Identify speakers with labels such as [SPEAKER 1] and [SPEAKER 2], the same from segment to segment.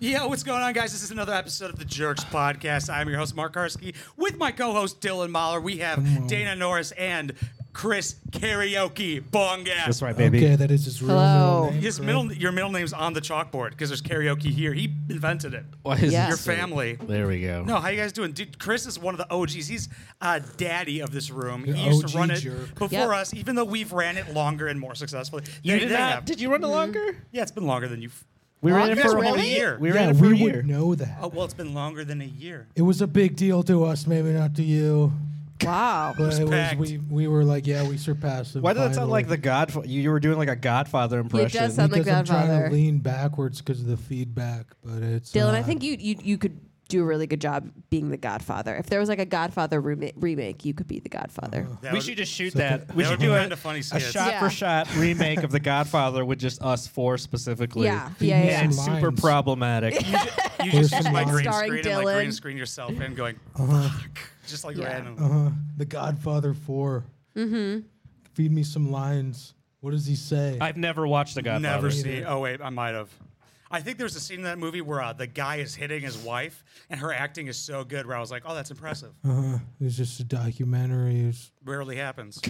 [SPEAKER 1] Yeah, what's going on, guys? This is another episode of the Jerks Podcast. I'm your host, Mark Karski, with my co host, Dylan Mahler. We have Dana Norris and Chris Karaoke Bongas.
[SPEAKER 2] That's right, baby.
[SPEAKER 3] Okay, that is his real
[SPEAKER 4] Hello.
[SPEAKER 3] middle name.
[SPEAKER 1] His
[SPEAKER 3] correct?
[SPEAKER 1] middle, your middle name's on the chalkboard because there's karaoke here. He invented it.
[SPEAKER 2] Why is
[SPEAKER 4] Yeah.
[SPEAKER 2] it
[SPEAKER 1] Your
[SPEAKER 2] so-
[SPEAKER 1] family.
[SPEAKER 2] There we go.
[SPEAKER 1] No, how you guys doing? Dude, Chris is one of the OGs. He's uh, daddy of this room. He
[SPEAKER 3] The
[SPEAKER 1] used
[SPEAKER 3] OG
[SPEAKER 1] to run it
[SPEAKER 3] jerk.
[SPEAKER 1] before
[SPEAKER 4] Yep.
[SPEAKER 1] us, even though we've ran it longer and more successfully.
[SPEAKER 2] you
[SPEAKER 1] They-
[SPEAKER 2] did
[SPEAKER 1] they
[SPEAKER 2] not.
[SPEAKER 1] have.
[SPEAKER 2] Did you run it longer?
[SPEAKER 1] Yeah, it's been longer than you've.
[SPEAKER 2] We
[SPEAKER 4] Oh,
[SPEAKER 2] ran
[SPEAKER 4] you
[SPEAKER 2] it
[SPEAKER 4] guys
[SPEAKER 2] for
[SPEAKER 4] ran
[SPEAKER 2] a
[SPEAKER 4] it?
[SPEAKER 2] year. We
[SPEAKER 3] yeah,
[SPEAKER 2] ran it for
[SPEAKER 3] we
[SPEAKER 2] a year.
[SPEAKER 3] would know that.
[SPEAKER 1] Oh, well, it's been longer than a year.
[SPEAKER 3] It was a big deal to us, maybe not to you,
[SPEAKER 4] Wow.
[SPEAKER 3] but it was,
[SPEAKER 1] Respect.
[SPEAKER 3] we we were like, yeah, we surpassed it.
[SPEAKER 2] Why did that sound like the
[SPEAKER 3] finally.
[SPEAKER 2] Godfather? You, you were doing like a Godfather impression.
[SPEAKER 4] sound like
[SPEAKER 3] Because I'm trying
[SPEAKER 4] Godfather.
[SPEAKER 3] to lean backwards because of the feedback, but it's
[SPEAKER 4] Dylan, I
[SPEAKER 3] not.
[SPEAKER 4] think you, you you could do a really good job being the Godfather. If there was like a Godfather remi- remake, you could be the Godfather.
[SPEAKER 1] That
[SPEAKER 2] we
[SPEAKER 1] would-
[SPEAKER 2] should just shoot
[SPEAKER 3] So
[SPEAKER 2] that.
[SPEAKER 3] that-
[SPEAKER 2] We
[SPEAKER 1] that
[SPEAKER 2] should
[SPEAKER 1] would
[SPEAKER 2] do
[SPEAKER 1] be
[SPEAKER 2] a,
[SPEAKER 1] kinda funny
[SPEAKER 2] a
[SPEAKER 1] skits.
[SPEAKER 2] shot-for-shot remake of the Godfather with just us four specifically.
[SPEAKER 4] yeah, yeah, yeah.
[SPEAKER 2] And
[SPEAKER 4] yeah.
[SPEAKER 2] it's super
[SPEAKER 3] Lines.
[SPEAKER 2] problematic.
[SPEAKER 1] You just
[SPEAKER 3] There's
[SPEAKER 1] use
[SPEAKER 3] some
[SPEAKER 1] my
[SPEAKER 3] lines.
[SPEAKER 1] green
[SPEAKER 4] Starring
[SPEAKER 1] screen and like green
[SPEAKER 4] Dylan.
[SPEAKER 1] screen yourself and going, fuck. Just like
[SPEAKER 4] Yeah.
[SPEAKER 1] random.
[SPEAKER 3] Uh-huh. The Godfather 4. Mm-hmm. Feed me some lines. What does he say?
[SPEAKER 2] I've never watched the Godfather.
[SPEAKER 1] Never seen. Oh, wait, I might have. I think there's a scene in that movie where uh, the guy is hitting his wife and her acting is so good where I was like, oh, that's impressive.
[SPEAKER 3] uh-huh. It was just a documentary. It was
[SPEAKER 1] Rarely happens.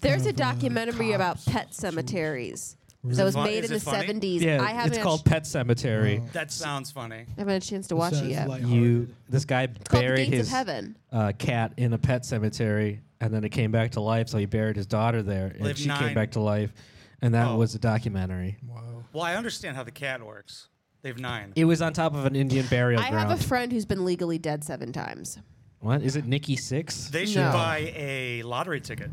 [SPEAKER 4] There's a
[SPEAKER 3] of, uh,
[SPEAKER 4] documentary about
[SPEAKER 3] cops.
[SPEAKER 4] pet cemeteries that was
[SPEAKER 1] Is it fu-
[SPEAKER 4] made
[SPEAKER 1] is
[SPEAKER 4] in
[SPEAKER 1] it
[SPEAKER 4] the
[SPEAKER 1] funny?
[SPEAKER 4] 70s.
[SPEAKER 2] Yeah,
[SPEAKER 4] I haven't
[SPEAKER 2] it's
[SPEAKER 4] had
[SPEAKER 2] called
[SPEAKER 4] ch-
[SPEAKER 2] Pet Cemetery.
[SPEAKER 1] That sounds funny.
[SPEAKER 4] I haven't had a chance to watch it
[SPEAKER 3] sounds
[SPEAKER 4] yet.
[SPEAKER 3] lighthearted.
[SPEAKER 2] You, this guy
[SPEAKER 4] called The
[SPEAKER 2] buried
[SPEAKER 4] Gates of
[SPEAKER 2] his
[SPEAKER 4] Heaven.
[SPEAKER 2] Uh, cat in a pet cemetery, and then it came back to life. So he buried his daughter there, and
[SPEAKER 1] Live
[SPEAKER 2] she
[SPEAKER 1] nine.
[SPEAKER 2] came back to life, and that
[SPEAKER 1] Oh.
[SPEAKER 2] was a documentary.
[SPEAKER 3] Wow.
[SPEAKER 1] Well, I understand how the cat works. They have nine.
[SPEAKER 2] It was on top of an Indian burial
[SPEAKER 4] I
[SPEAKER 2] ground.
[SPEAKER 4] have a friend who's been legally dead seven times.
[SPEAKER 2] what is it, Nikki Six?
[SPEAKER 1] They should
[SPEAKER 4] No.
[SPEAKER 1] buy a lottery ticket.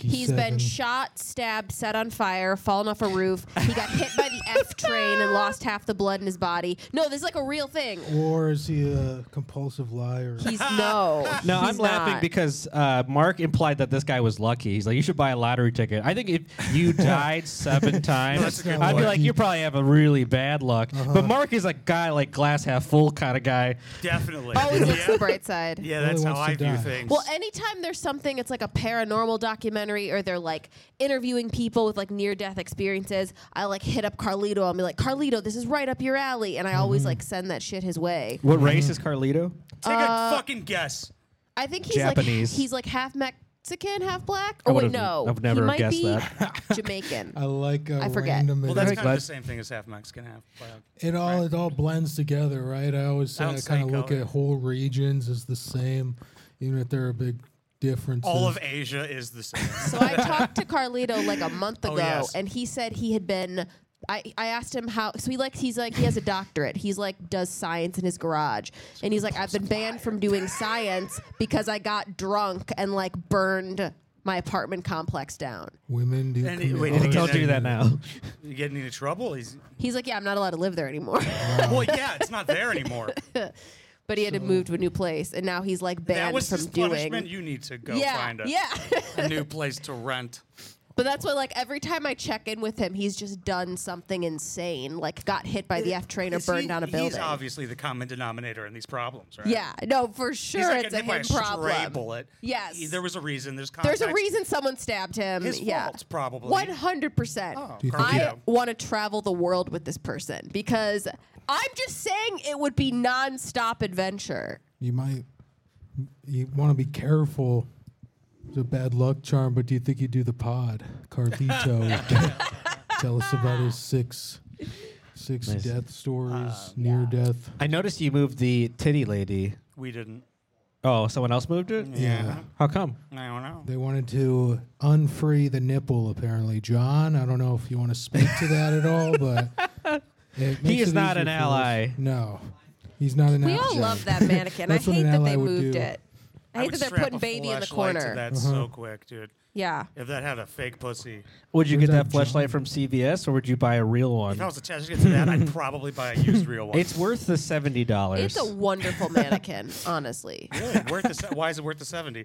[SPEAKER 4] He's been shot, stabbed, set on fire, fallen off a roof. He got hit by the F train and lost half the blood in his body. No, this is like a real thing.
[SPEAKER 3] Or is he a compulsive liar?
[SPEAKER 4] He's no.
[SPEAKER 2] no, I'm
[SPEAKER 4] he's
[SPEAKER 2] laughing
[SPEAKER 4] not.
[SPEAKER 2] because uh, Mark implied that this guy was lucky. He's like, you should buy a lottery ticket. I think if you died seven
[SPEAKER 1] that's
[SPEAKER 2] times,
[SPEAKER 1] a good
[SPEAKER 2] I'd be
[SPEAKER 1] point.
[SPEAKER 2] like, you probably have a really bad luck.
[SPEAKER 4] Uh-huh.
[SPEAKER 2] But Mark is a guy like glass half full kind of guy.
[SPEAKER 1] Definitely.
[SPEAKER 4] always looks
[SPEAKER 1] yeah.
[SPEAKER 4] Oh, the bright side.
[SPEAKER 1] Yeah,
[SPEAKER 3] Really
[SPEAKER 1] that's how
[SPEAKER 3] wants to
[SPEAKER 1] I view
[SPEAKER 3] die.
[SPEAKER 1] things.
[SPEAKER 4] Well, anytime there's something, it's like a paranormal documentary, or they're like interviewing people with like near-death experiences. I like hit up Carlito. I'll be like, Carlito, this is right up your alley, and I always
[SPEAKER 2] Mm-hmm.
[SPEAKER 4] like send that shit his way.
[SPEAKER 2] What race is Carlito?
[SPEAKER 1] Take
[SPEAKER 4] uh,
[SPEAKER 1] a fucking guess.
[SPEAKER 4] I think he's
[SPEAKER 2] Japanese.
[SPEAKER 4] like he's like half Mexican, half black.
[SPEAKER 2] I
[SPEAKER 4] Oh wait,
[SPEAKER 2] would've-
[SPEAKER 4] no,
[SPEAKER 2] I've never
[SPEAKER 4] he might
[SPEAKER 2] guessed
[SPEAKER 4] be
[SPEAKER 2] that.
[SPEAKER 4] Jamaican.
[SPEAKER 3] I like a
[SPEAKER 4] I forget.
[SPEAKER 3] random.
[SPEAKER 1] Well, that's
[SPEAKER 2] Very
[SPEAKER 1] kind of
[SPEAKER 2] glad-
[SPEAKER 1] the same thing as half Mexican, half black.
[SPEAKER 3] it all it all blends together, right? I always say
[SPEAKER 1] I
[SPEAKER 3] I,
[SPEAKER 1] don't
[SPEAKER 3] kind of
[SPEAKER 1] say
[SPEAKER 3] look
[SPEAKER 1] color.
[SPEAKER 3] at whole regions as the same, even if there are big differences.
[SPEAKER 1] All of Asia is the same.
[SPEAKER 4] So I talked to Carlito like a month ago,
[SPEAKER 1] Oh, yes.
[SPEAKER 4] and he said he had been. I, I asked him how so he like he's like he has a doctorate he's like does science in his garage and he's like I've been banned from doing science because I got drunk and like burned my apartment complex down.
[SPEAKER 3] women do.
[SPEAKER 1] And it-
[SPEAKER 3] commit
[SPEAKER 1] wait,
[SPEAKER 3] all
[SPEAKER 1] did it
[SPEAKER 3] those
[SPEAKER 2] Don't do
[SPEAKER 3] things.
[SPEAKER 2] that now.
[SPEAKER 1] You getting into trouble? He's
[SPEAKER 4] He's like yeah I'm not allowed to live there anymore,
[SPEAKER 1] well, yeah, it's not there anymore.
[SPEAKER 4] but he had to move to a new place and now he's like
[SPEAKER 1] that
[SPEAKER 4] banned
[SPEAKER 1] was
[SPEAKER 4] from
[SPEAKER 1] his
[SPEAKER 4] doing
[SPEAKER 1] punishment. You need to go
[SPEAKER 4] yeah
[SPEAKER 1] find a,
[SPEAKER 4] yeah.
[SPEAKER 1] a new place to rent.
[SPEAKER 4] But that's why, like, every time I check in with him, he's just done something insane, like got hit by the F train or
[SPEAKER 1] Is he-
[SPEAKER 4] burned down a building.
[SPEAKER 1] He's obviously the common denominator in these problems, right?
[SPEAKER 4] Yeah, no, for
[SPEAKER 1] He's
[SPEAKER 4] sure,
[SPEAKER 1] not
[SPEAKER 4] it's
[SPEAKER 1] getting
[SPEAKER 4] a
[SPEAKER 1] hit by
[SPEAKER 4] him
[SPEAKER 1] stray
[SPEAKER 4] problem.
[SPEAKER 1] bullet.
[SPEAKER 4] Yes.
[SPEAKER 1] He- there was a reason. There's
[SPEAKER 4] There's
[SPEAKER 1] context.
[SPEAKER 4] a reason someone stabbed him.
[SPEAKER 1] His
[SPEAKER 4] yeah.
[SPEAKER 1] fault, probably.
[SPEAKER 4] One hundred percent.
[SPEAKER 1] Oh,
[SPEAKER 3] you think
[SPEAKER 4] I
[SPEAKER 1] Carlito.
[SPEAKER 4] want to travel the world with this person because I'm just saying it would be nonstop adventure.
[SPEAKER 3] You might. You want to be careful. It's a bad luck charm, but do you think you do the pod, Carlito? tell us about his six, six
[SPEAKER 2] Nice.
[SPEAKER 3] death stories,
[SPEAKER 1] Um,
[SPEAKER 3] near death.
[SPEAKER 2] I noticed you moved the titty lady.
[SPEAKER 1] We didn't.
[SPEAKER 2] Oh, someone else moved it?
[SPEAKER 3] Yeah.
[SPEAKER 2] How come?
[SPEAKER 1] I don't know.
[SPEAKER 3] They wanted to unfree the nipple, apparently. John, I don't know if you want to speak to that at all, but it makes
[SPEAKER 2] is
[SPEAKER 3] it
[SPEAKER 2] not an
[SPEAKER 3] easier for us.
[SPEAKER 2] ally.
[SPEAKER 3] No, he's not an.
[SPEAKER 4] We all
[SPEAKER 3] ally.
[SPEAKER 4] love that mannequin. I
[SPEAKER 3] That's what
[SPEAKER 4] hate
[SPEAKER 3] an
[SPEAKER 4] that
[SPEAKER 3] ally
[SPEAKER 4] they
[SPEAKER 3] would
[SPEAKER 4] moved
[SPEAKER 3] do.
[SPEAKER 4] it. I
[SPEAKER 1] I
[SPEAKER 4] hate
[SPEAKER 1] would
[SPEAKER 4] that they're
[SPEAKER 1] strap
[SPEAKER 4] putting
[SPEAKER 1] a
[SPEAKER 4] baby in the
[SPEAKER 1] flashlight
[SPEAKER 4] corner.
[SPEAKER 1] To that
[SPEAKER 2] Uh-huh.
[SPEAKER 1] so quick, dude.
[SPEAKER 4] Yeah.
[SPEAKER 1] If that had a fake pussy,
[SPEAKER 2] Would you
[SPEAKER 3] Where's
[SPEAKER 2] get that
[SPEAKER 3] that
[SPEAKER 2] flashlight from CVS or would you buy a real one?
[SPEAKER 1] if I was attached to that, I'd probably buy a used real one.
[SPEAKER 2] It's worth the seventy dollars.
[SPEAKER 4] It's a wonderful mannequin, honestly.
[SPEAKER 1] really worth the. Se- why is it worth the seventy?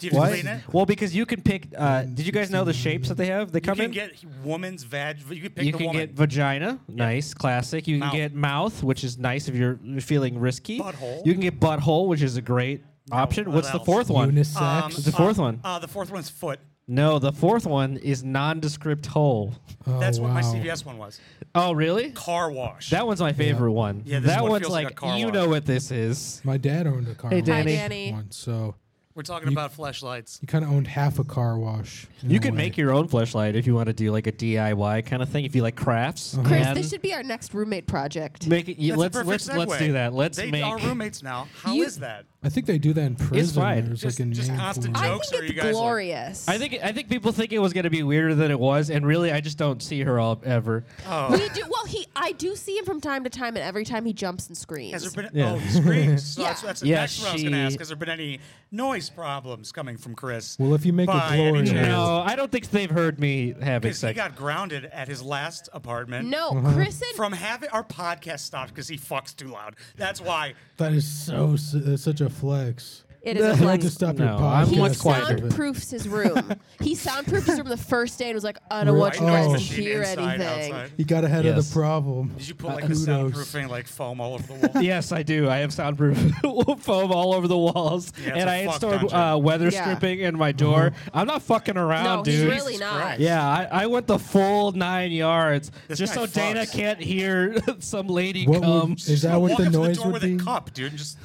[SPEAKER 1] Do you have to
[SPEAKER 2] what?
[SPEAKER 1] clean it?
[SPEAKER 2] Well, because you can pick. Uh, did you guys know the shapes that they have? They
[SPEAKER 1] You
[SPEAKER 2] come
[SPEAKER 1] can
[SPEAKER 2] in.
[SPEAKER 1] get woman's vag. You can pick
[SPEAKER 2] you
[SPEAKER 1] the
[SPEAKER 2] can
[SPEAKER 1] woman.
[SPEAKER 2] get vagina, nice, classic. You can
[SPEAKER 1] Mouth.
[SPEAKER 2] get mouth, which is nice if you're feeling risky.
[SPEAKER 1] Butthole.
[SPEAKER 2] You can get butthole, which is a great option.
[SPEAKER 1] what
[SPEAKER 2] What's the
[SPEAKER 1] else?
[SPEAKER 2] fourth one?
[SPEAKER 3] Unisex.
[SPEAKER 1] Um,
[SPEAKER 2] What's the fourth
[SPEAKER 1] uh,
[SPEAKER 2] one?
[SPEAKER 1] Uh, the fourth one's foot.
[SPEAKER 2] No, the fourth one is nondescript hole.
[SPEAKER 3] Oh,
[SPEAKER 1] That's what my
[SPEAKER 3] wow.
[SPEAKER 1] CVS one was.
[SPEAKER 2] Oh, really?
[SPEAKER 1] Car wash.
[SPEAKER 2] That one's my favorite one.
[SPEAKER 1] Yeah, this
[SPEAKER 2] that
[SPEAKER 1] one
[SPEAKER 2] one's
[SPEAKER 1] feels like
[SPEAKER 2] like,
[SPEAKER 1] a car
[SPEAKER 2] you
[SPEAKER 1] wash.
[SPEAKER 2] know what this is.
[SPEAKER 3] My dad owned a car
[SPEAKER 2] Hey,
[SPEAKER 3] wash
[SPEAKER 2] Danny.
[SPEAKER 4] Hi, Danny.
[SPEAKER 3] once, so
[SPEAKER 1] We're talking about flashlights.
[SPEAKER 3] you kind of owned half a car wash. in
[SPEAKER 2] You
[SPEAKER 3] a
[SPEAKER 2] can
[SPEAKER 3] way.
[SPEAKER 2] make your own fleshlight if you want to do like a DIY kind of thing. If you like crafts,
[SPEAKER 4] Chris,
[SPEAKER 2] And
[SPEAKER 4] this should be our next roommate project.
[SPEAKER 2] make it. You,
[SPEAKER 1] Uh-huh. That's
[SPEAKER 2] let's
[SPEAKER 1] a
[SPEAKER 2] let's
[SPEAKER 1] perfect
[SPEAKER 2] let's
[SPEAKER 1] segue.
[SPEAKER 2] do that. Let's
[SPEAKER 1] they
[SPEAKER 2] make.
[SPEAKER 1] are roommates now. How is
[SPEAKER 4] You-
[SPEAKER 1] that?
[SPEAKER 3] I think they do that in prison.
[SPEAKER 2] fine.
[SPEAKER 3] There's
[SPEAKER 1] Just-
[SPEAKER 3] like a
[SPEAKER 1] just
[SPEAKER 3] name
[SPEAKER 1] constant
[SPEAKER 3] for it.
[SPEAKER 4] I
[SPEAKER 1] jokes,
[SPEAKER 4] think
[SPEAKER 1] or
[SPEAKER 4] it's
[SPEAKER 1] you guys like-
[SPEAKER 4] glorious.
[SPEAKER 2] I think I think people think it was going to be weirder than it was, and really, I just don't see her all ever.
[SPEAKER 1] Oh,
[SPEAKER 4] we do well. He, I do see him from time to time, and every time he jumps and screams.
[SPEAKER 1] has there been?
[SPEAKER 2] Yeah.
[SPEAKER 1] Oh, he screams. So
[SPEAKER 4] Yeah.
[SPEAKER 1] that's, that's the
[SPEAKER 2] Yeah,
[SPEAKER 1] next one I was going to
[SPEAKER 2] she-
[SPEAKER 1] ask. Has there been any noise problems coming from Chris?
[SPEAKER 3] Well, if you make it
[SPEAKER 1] by any
[SPEAKER 3] glorious-
[SPEAKER 1] chance?
[SPEAKER 2] No, I don't think they've heard me having
[SPEAKER 1] Because he
[SPEAKER 2] sex.
[SPEAKER 1] got grounded at his last apartment.
[SPEAKER 4] no,
[SPEAKER 3] Uh-huh.
[SPEAKER 4] Chris and
[SPEAKER 1] From having our podcast stopped because he fucks too loud. That's why.
[SPEAKER 3] That is so s- that's such a flex.
[SPEAKER 4] it is a
[SPEAKER 3] You like
[SPEAKER 4] flex.
[SPEAKER 3] to stop your
[SPEAKER 2] No,
[SPEAKER 3] podcast.
[SPEAKER 2] I'm
[SPEAKER 4] He
[SPEAKER 2] much
[SPEAKER 3] because of
[SPEAKER 2] quieter.
[SPEAKER 3] it.
[SPEAKER 4] soundproofs his room. he soundproofed his room the first day and was like, I don't want you
[SPEAKER 3] White
[SPEAKER 4] guys to
[SPEAKER 3] noise
[SPEAKER 1] machine
[SPEAKER 4] hear
[SPEAKER 1] inside,
[SPEAKER 4] anything.
[SPEAKER 1] outside.
[SPEAKER 3] Oh. He got ahead of
[SPEAKER 2] Yes.
[SPEAKER 3] the problem. Uh,
[SPEAKER 1] Did you put like the
[SPEAKER 3] kudos.
[SPEAKER 1] soundproofing like foam all over the wall?
[SPEAKER 2] Yes, I do. I have soundproof foam all over the walls,
[SPEAKER 1] Yeah, it's
[SPEAKER 2] and
[SPEAKER 1] a
[SPEAKER 2] I installed
[SPEAKER 1] fuck Uh-huh. dungeon.
[SPEAKER 2] uh, weather
[SPEAKER 4] Yeah.
[SPEAKER 2] stripping in my door. I'm not fucking around,
[SPEAKER 3] Oh,
[SPEAKER 4] No, he's
[SPEAKER 2] dude.
[SPEAKER 4] really not.
[SPEAKER 1] Christ.
[SPEAKER 2] Yeah, I, I went the full nine yards
[SPEAKER 1] This
[SPEAKER 2] just
[SPEAKER 1] guy
[SPEAKER 2] so Dana
[SPEAKER 1] fucks.
[SPEAKER 2] can't hear some lady
[SPEAKER 3] What would-
[SPEAKER 2] come.
[SPEAKER 3] is that what
[SPEAKER 1] Walk
[SPEAKER 3] the
[SPEAKER 1] up to
[SPEAKER 3] noise
[SPEAKER 1] the door
[SPEAKER 3] would
[SPEAKER 1] with
[SPEAKER 3] be?
[SPEAKER 1] a cup, dude, and just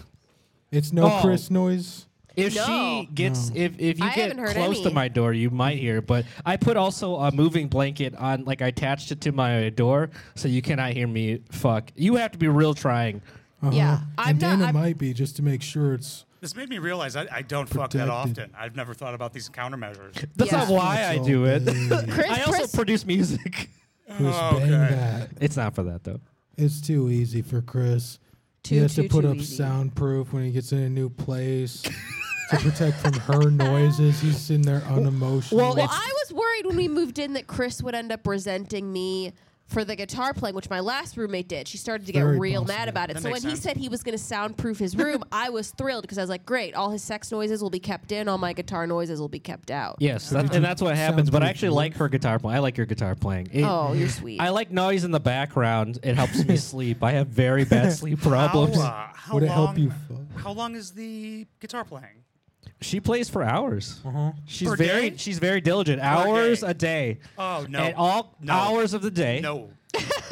[SPEAKER 3] It's no
[SPEAKER 2] Oh.
[SPEAKER 3] Chris noise.
[SPEAKER 2] if
[SPEAKER 4] No.
[SPEAKER 2] she gets, if if you
[SPEAKER 4] I
[SPEAKER 2] get
[SPEAKER 4] haven't heard
[SPEAKER 2] close to
[SPEAKER 4] any.
[SPEAKER 2] my door, you might hear. it, But I put also a moving blanket on, like I attached it to my door, so you cannot hear me. Fuck, you have to be real trying.
[SPEAKER 4] Yeah,
[SPEAKER 3] Uh-huh.
[SPEAKER 4] I'm
[SPEAKER 3] and
[SPEAKER 4] not-
[SPEAKER 3] Dana
[SPEAKER 4] I'm-
[SPEAKER 3] might be just to make sure it's.
[SPEAKER 1] This made me realize I, I don't fuck that
[SPEAKER 3] Protected.
[SPEAKER 1] often. I've never thought about these countermeasures.
[SPEAKER 2] That's
[SPEAKER 4] Yeah.
[SPEAKER 2] not why I
[SPEAKER 3] It's all
[SPEAKER 2] do it.
[SPEAKER 3] day.
[SPEAKER 4] Chris,
[SPEAKER 2] I also
[SPEAKER 4] Chris-
[SPEAKER 2] produce music.
[SPEAKER 3] Chris,
[SPEAKER 1] Oh,
[SPEAKER 3] bang
[SPEAKER 1] okay.
[SPEAKER 3] that.
[SPEAKER 2] It's not for that though.
[SPEAKER 3] It's too easy for Chris.
[SPEAKER 4] Too,
[SPEAKER 3] he has
[SPEAKER 4] too,
[SPEAKER 3] to put
[SPEAKER 4] too
[SPEAKER 3] up
[SPEAKER 4] easy.
[SPEAKER 3] soundproof when he gets in a new place to protect from her noises. He's sitting there unemotional.
[SPEAKER 2] well,
[SPEAKER 4] Well,
[SPEAKER 2] It's-
[SPEAKER 4] I was worried when we moved in that Chris would end up resenting me for the guitar playing, which my last roommate did. She started to get
[SPEAKER 3] Very
[SPEAKER 4] real
[SPEAKER 3] possible.
[SPEAKER 4] mad about it.
[SPEAKER 1] That
[SPEAKER 4] so when
[SPEAKER 1] makes
[SPEAKER 4] he
[SPEAKER 1] sense.
[SPEAKER 4] said he was going to soundproof his room, I was thrilled because I was like, great, all his sex noises will be kept in, all my guitar noises will be kept out.
[SPEAKER 2] Yes, that, and that's what happens. But I
[SPEAKER 3] pretty
[SPEAKER 2] actually
[SPEAKER 3] cool.
[SPEAKER 2] like her guitar playing. I like your guitar playing. It-
[SPEAKER 4] Oh, you're sweet.
[SPEAKER 2] I like noise in the background. It helps me sleep. I have very bad sleep
[SPEAKER 1] How,
[SPEAKER 2] problems.
[SPEAKER 1] uh, how
[SPEAKER 3] Would it
[SPEAKER 1] long?
[SPEAKER 3] help you fuck?
[SPEAKER 1] How long is the guitar playing?
[SPEAKER 2] She plays for hours. She's
[SPEAKER 1] Per
[SPEAKER 2] very
[SPEAKER 1] day?
[SPEAKER 2] she's very diligent. hours
[SPEAKER 1] day.
[SPEAKER 2] a day.
[SPEAKER 1] Oh no!
[SPEAKER 2] At all
[SPEAKER 1] No.
[SPEAKER 2] hours of the day.
[SPEAKER 1] No.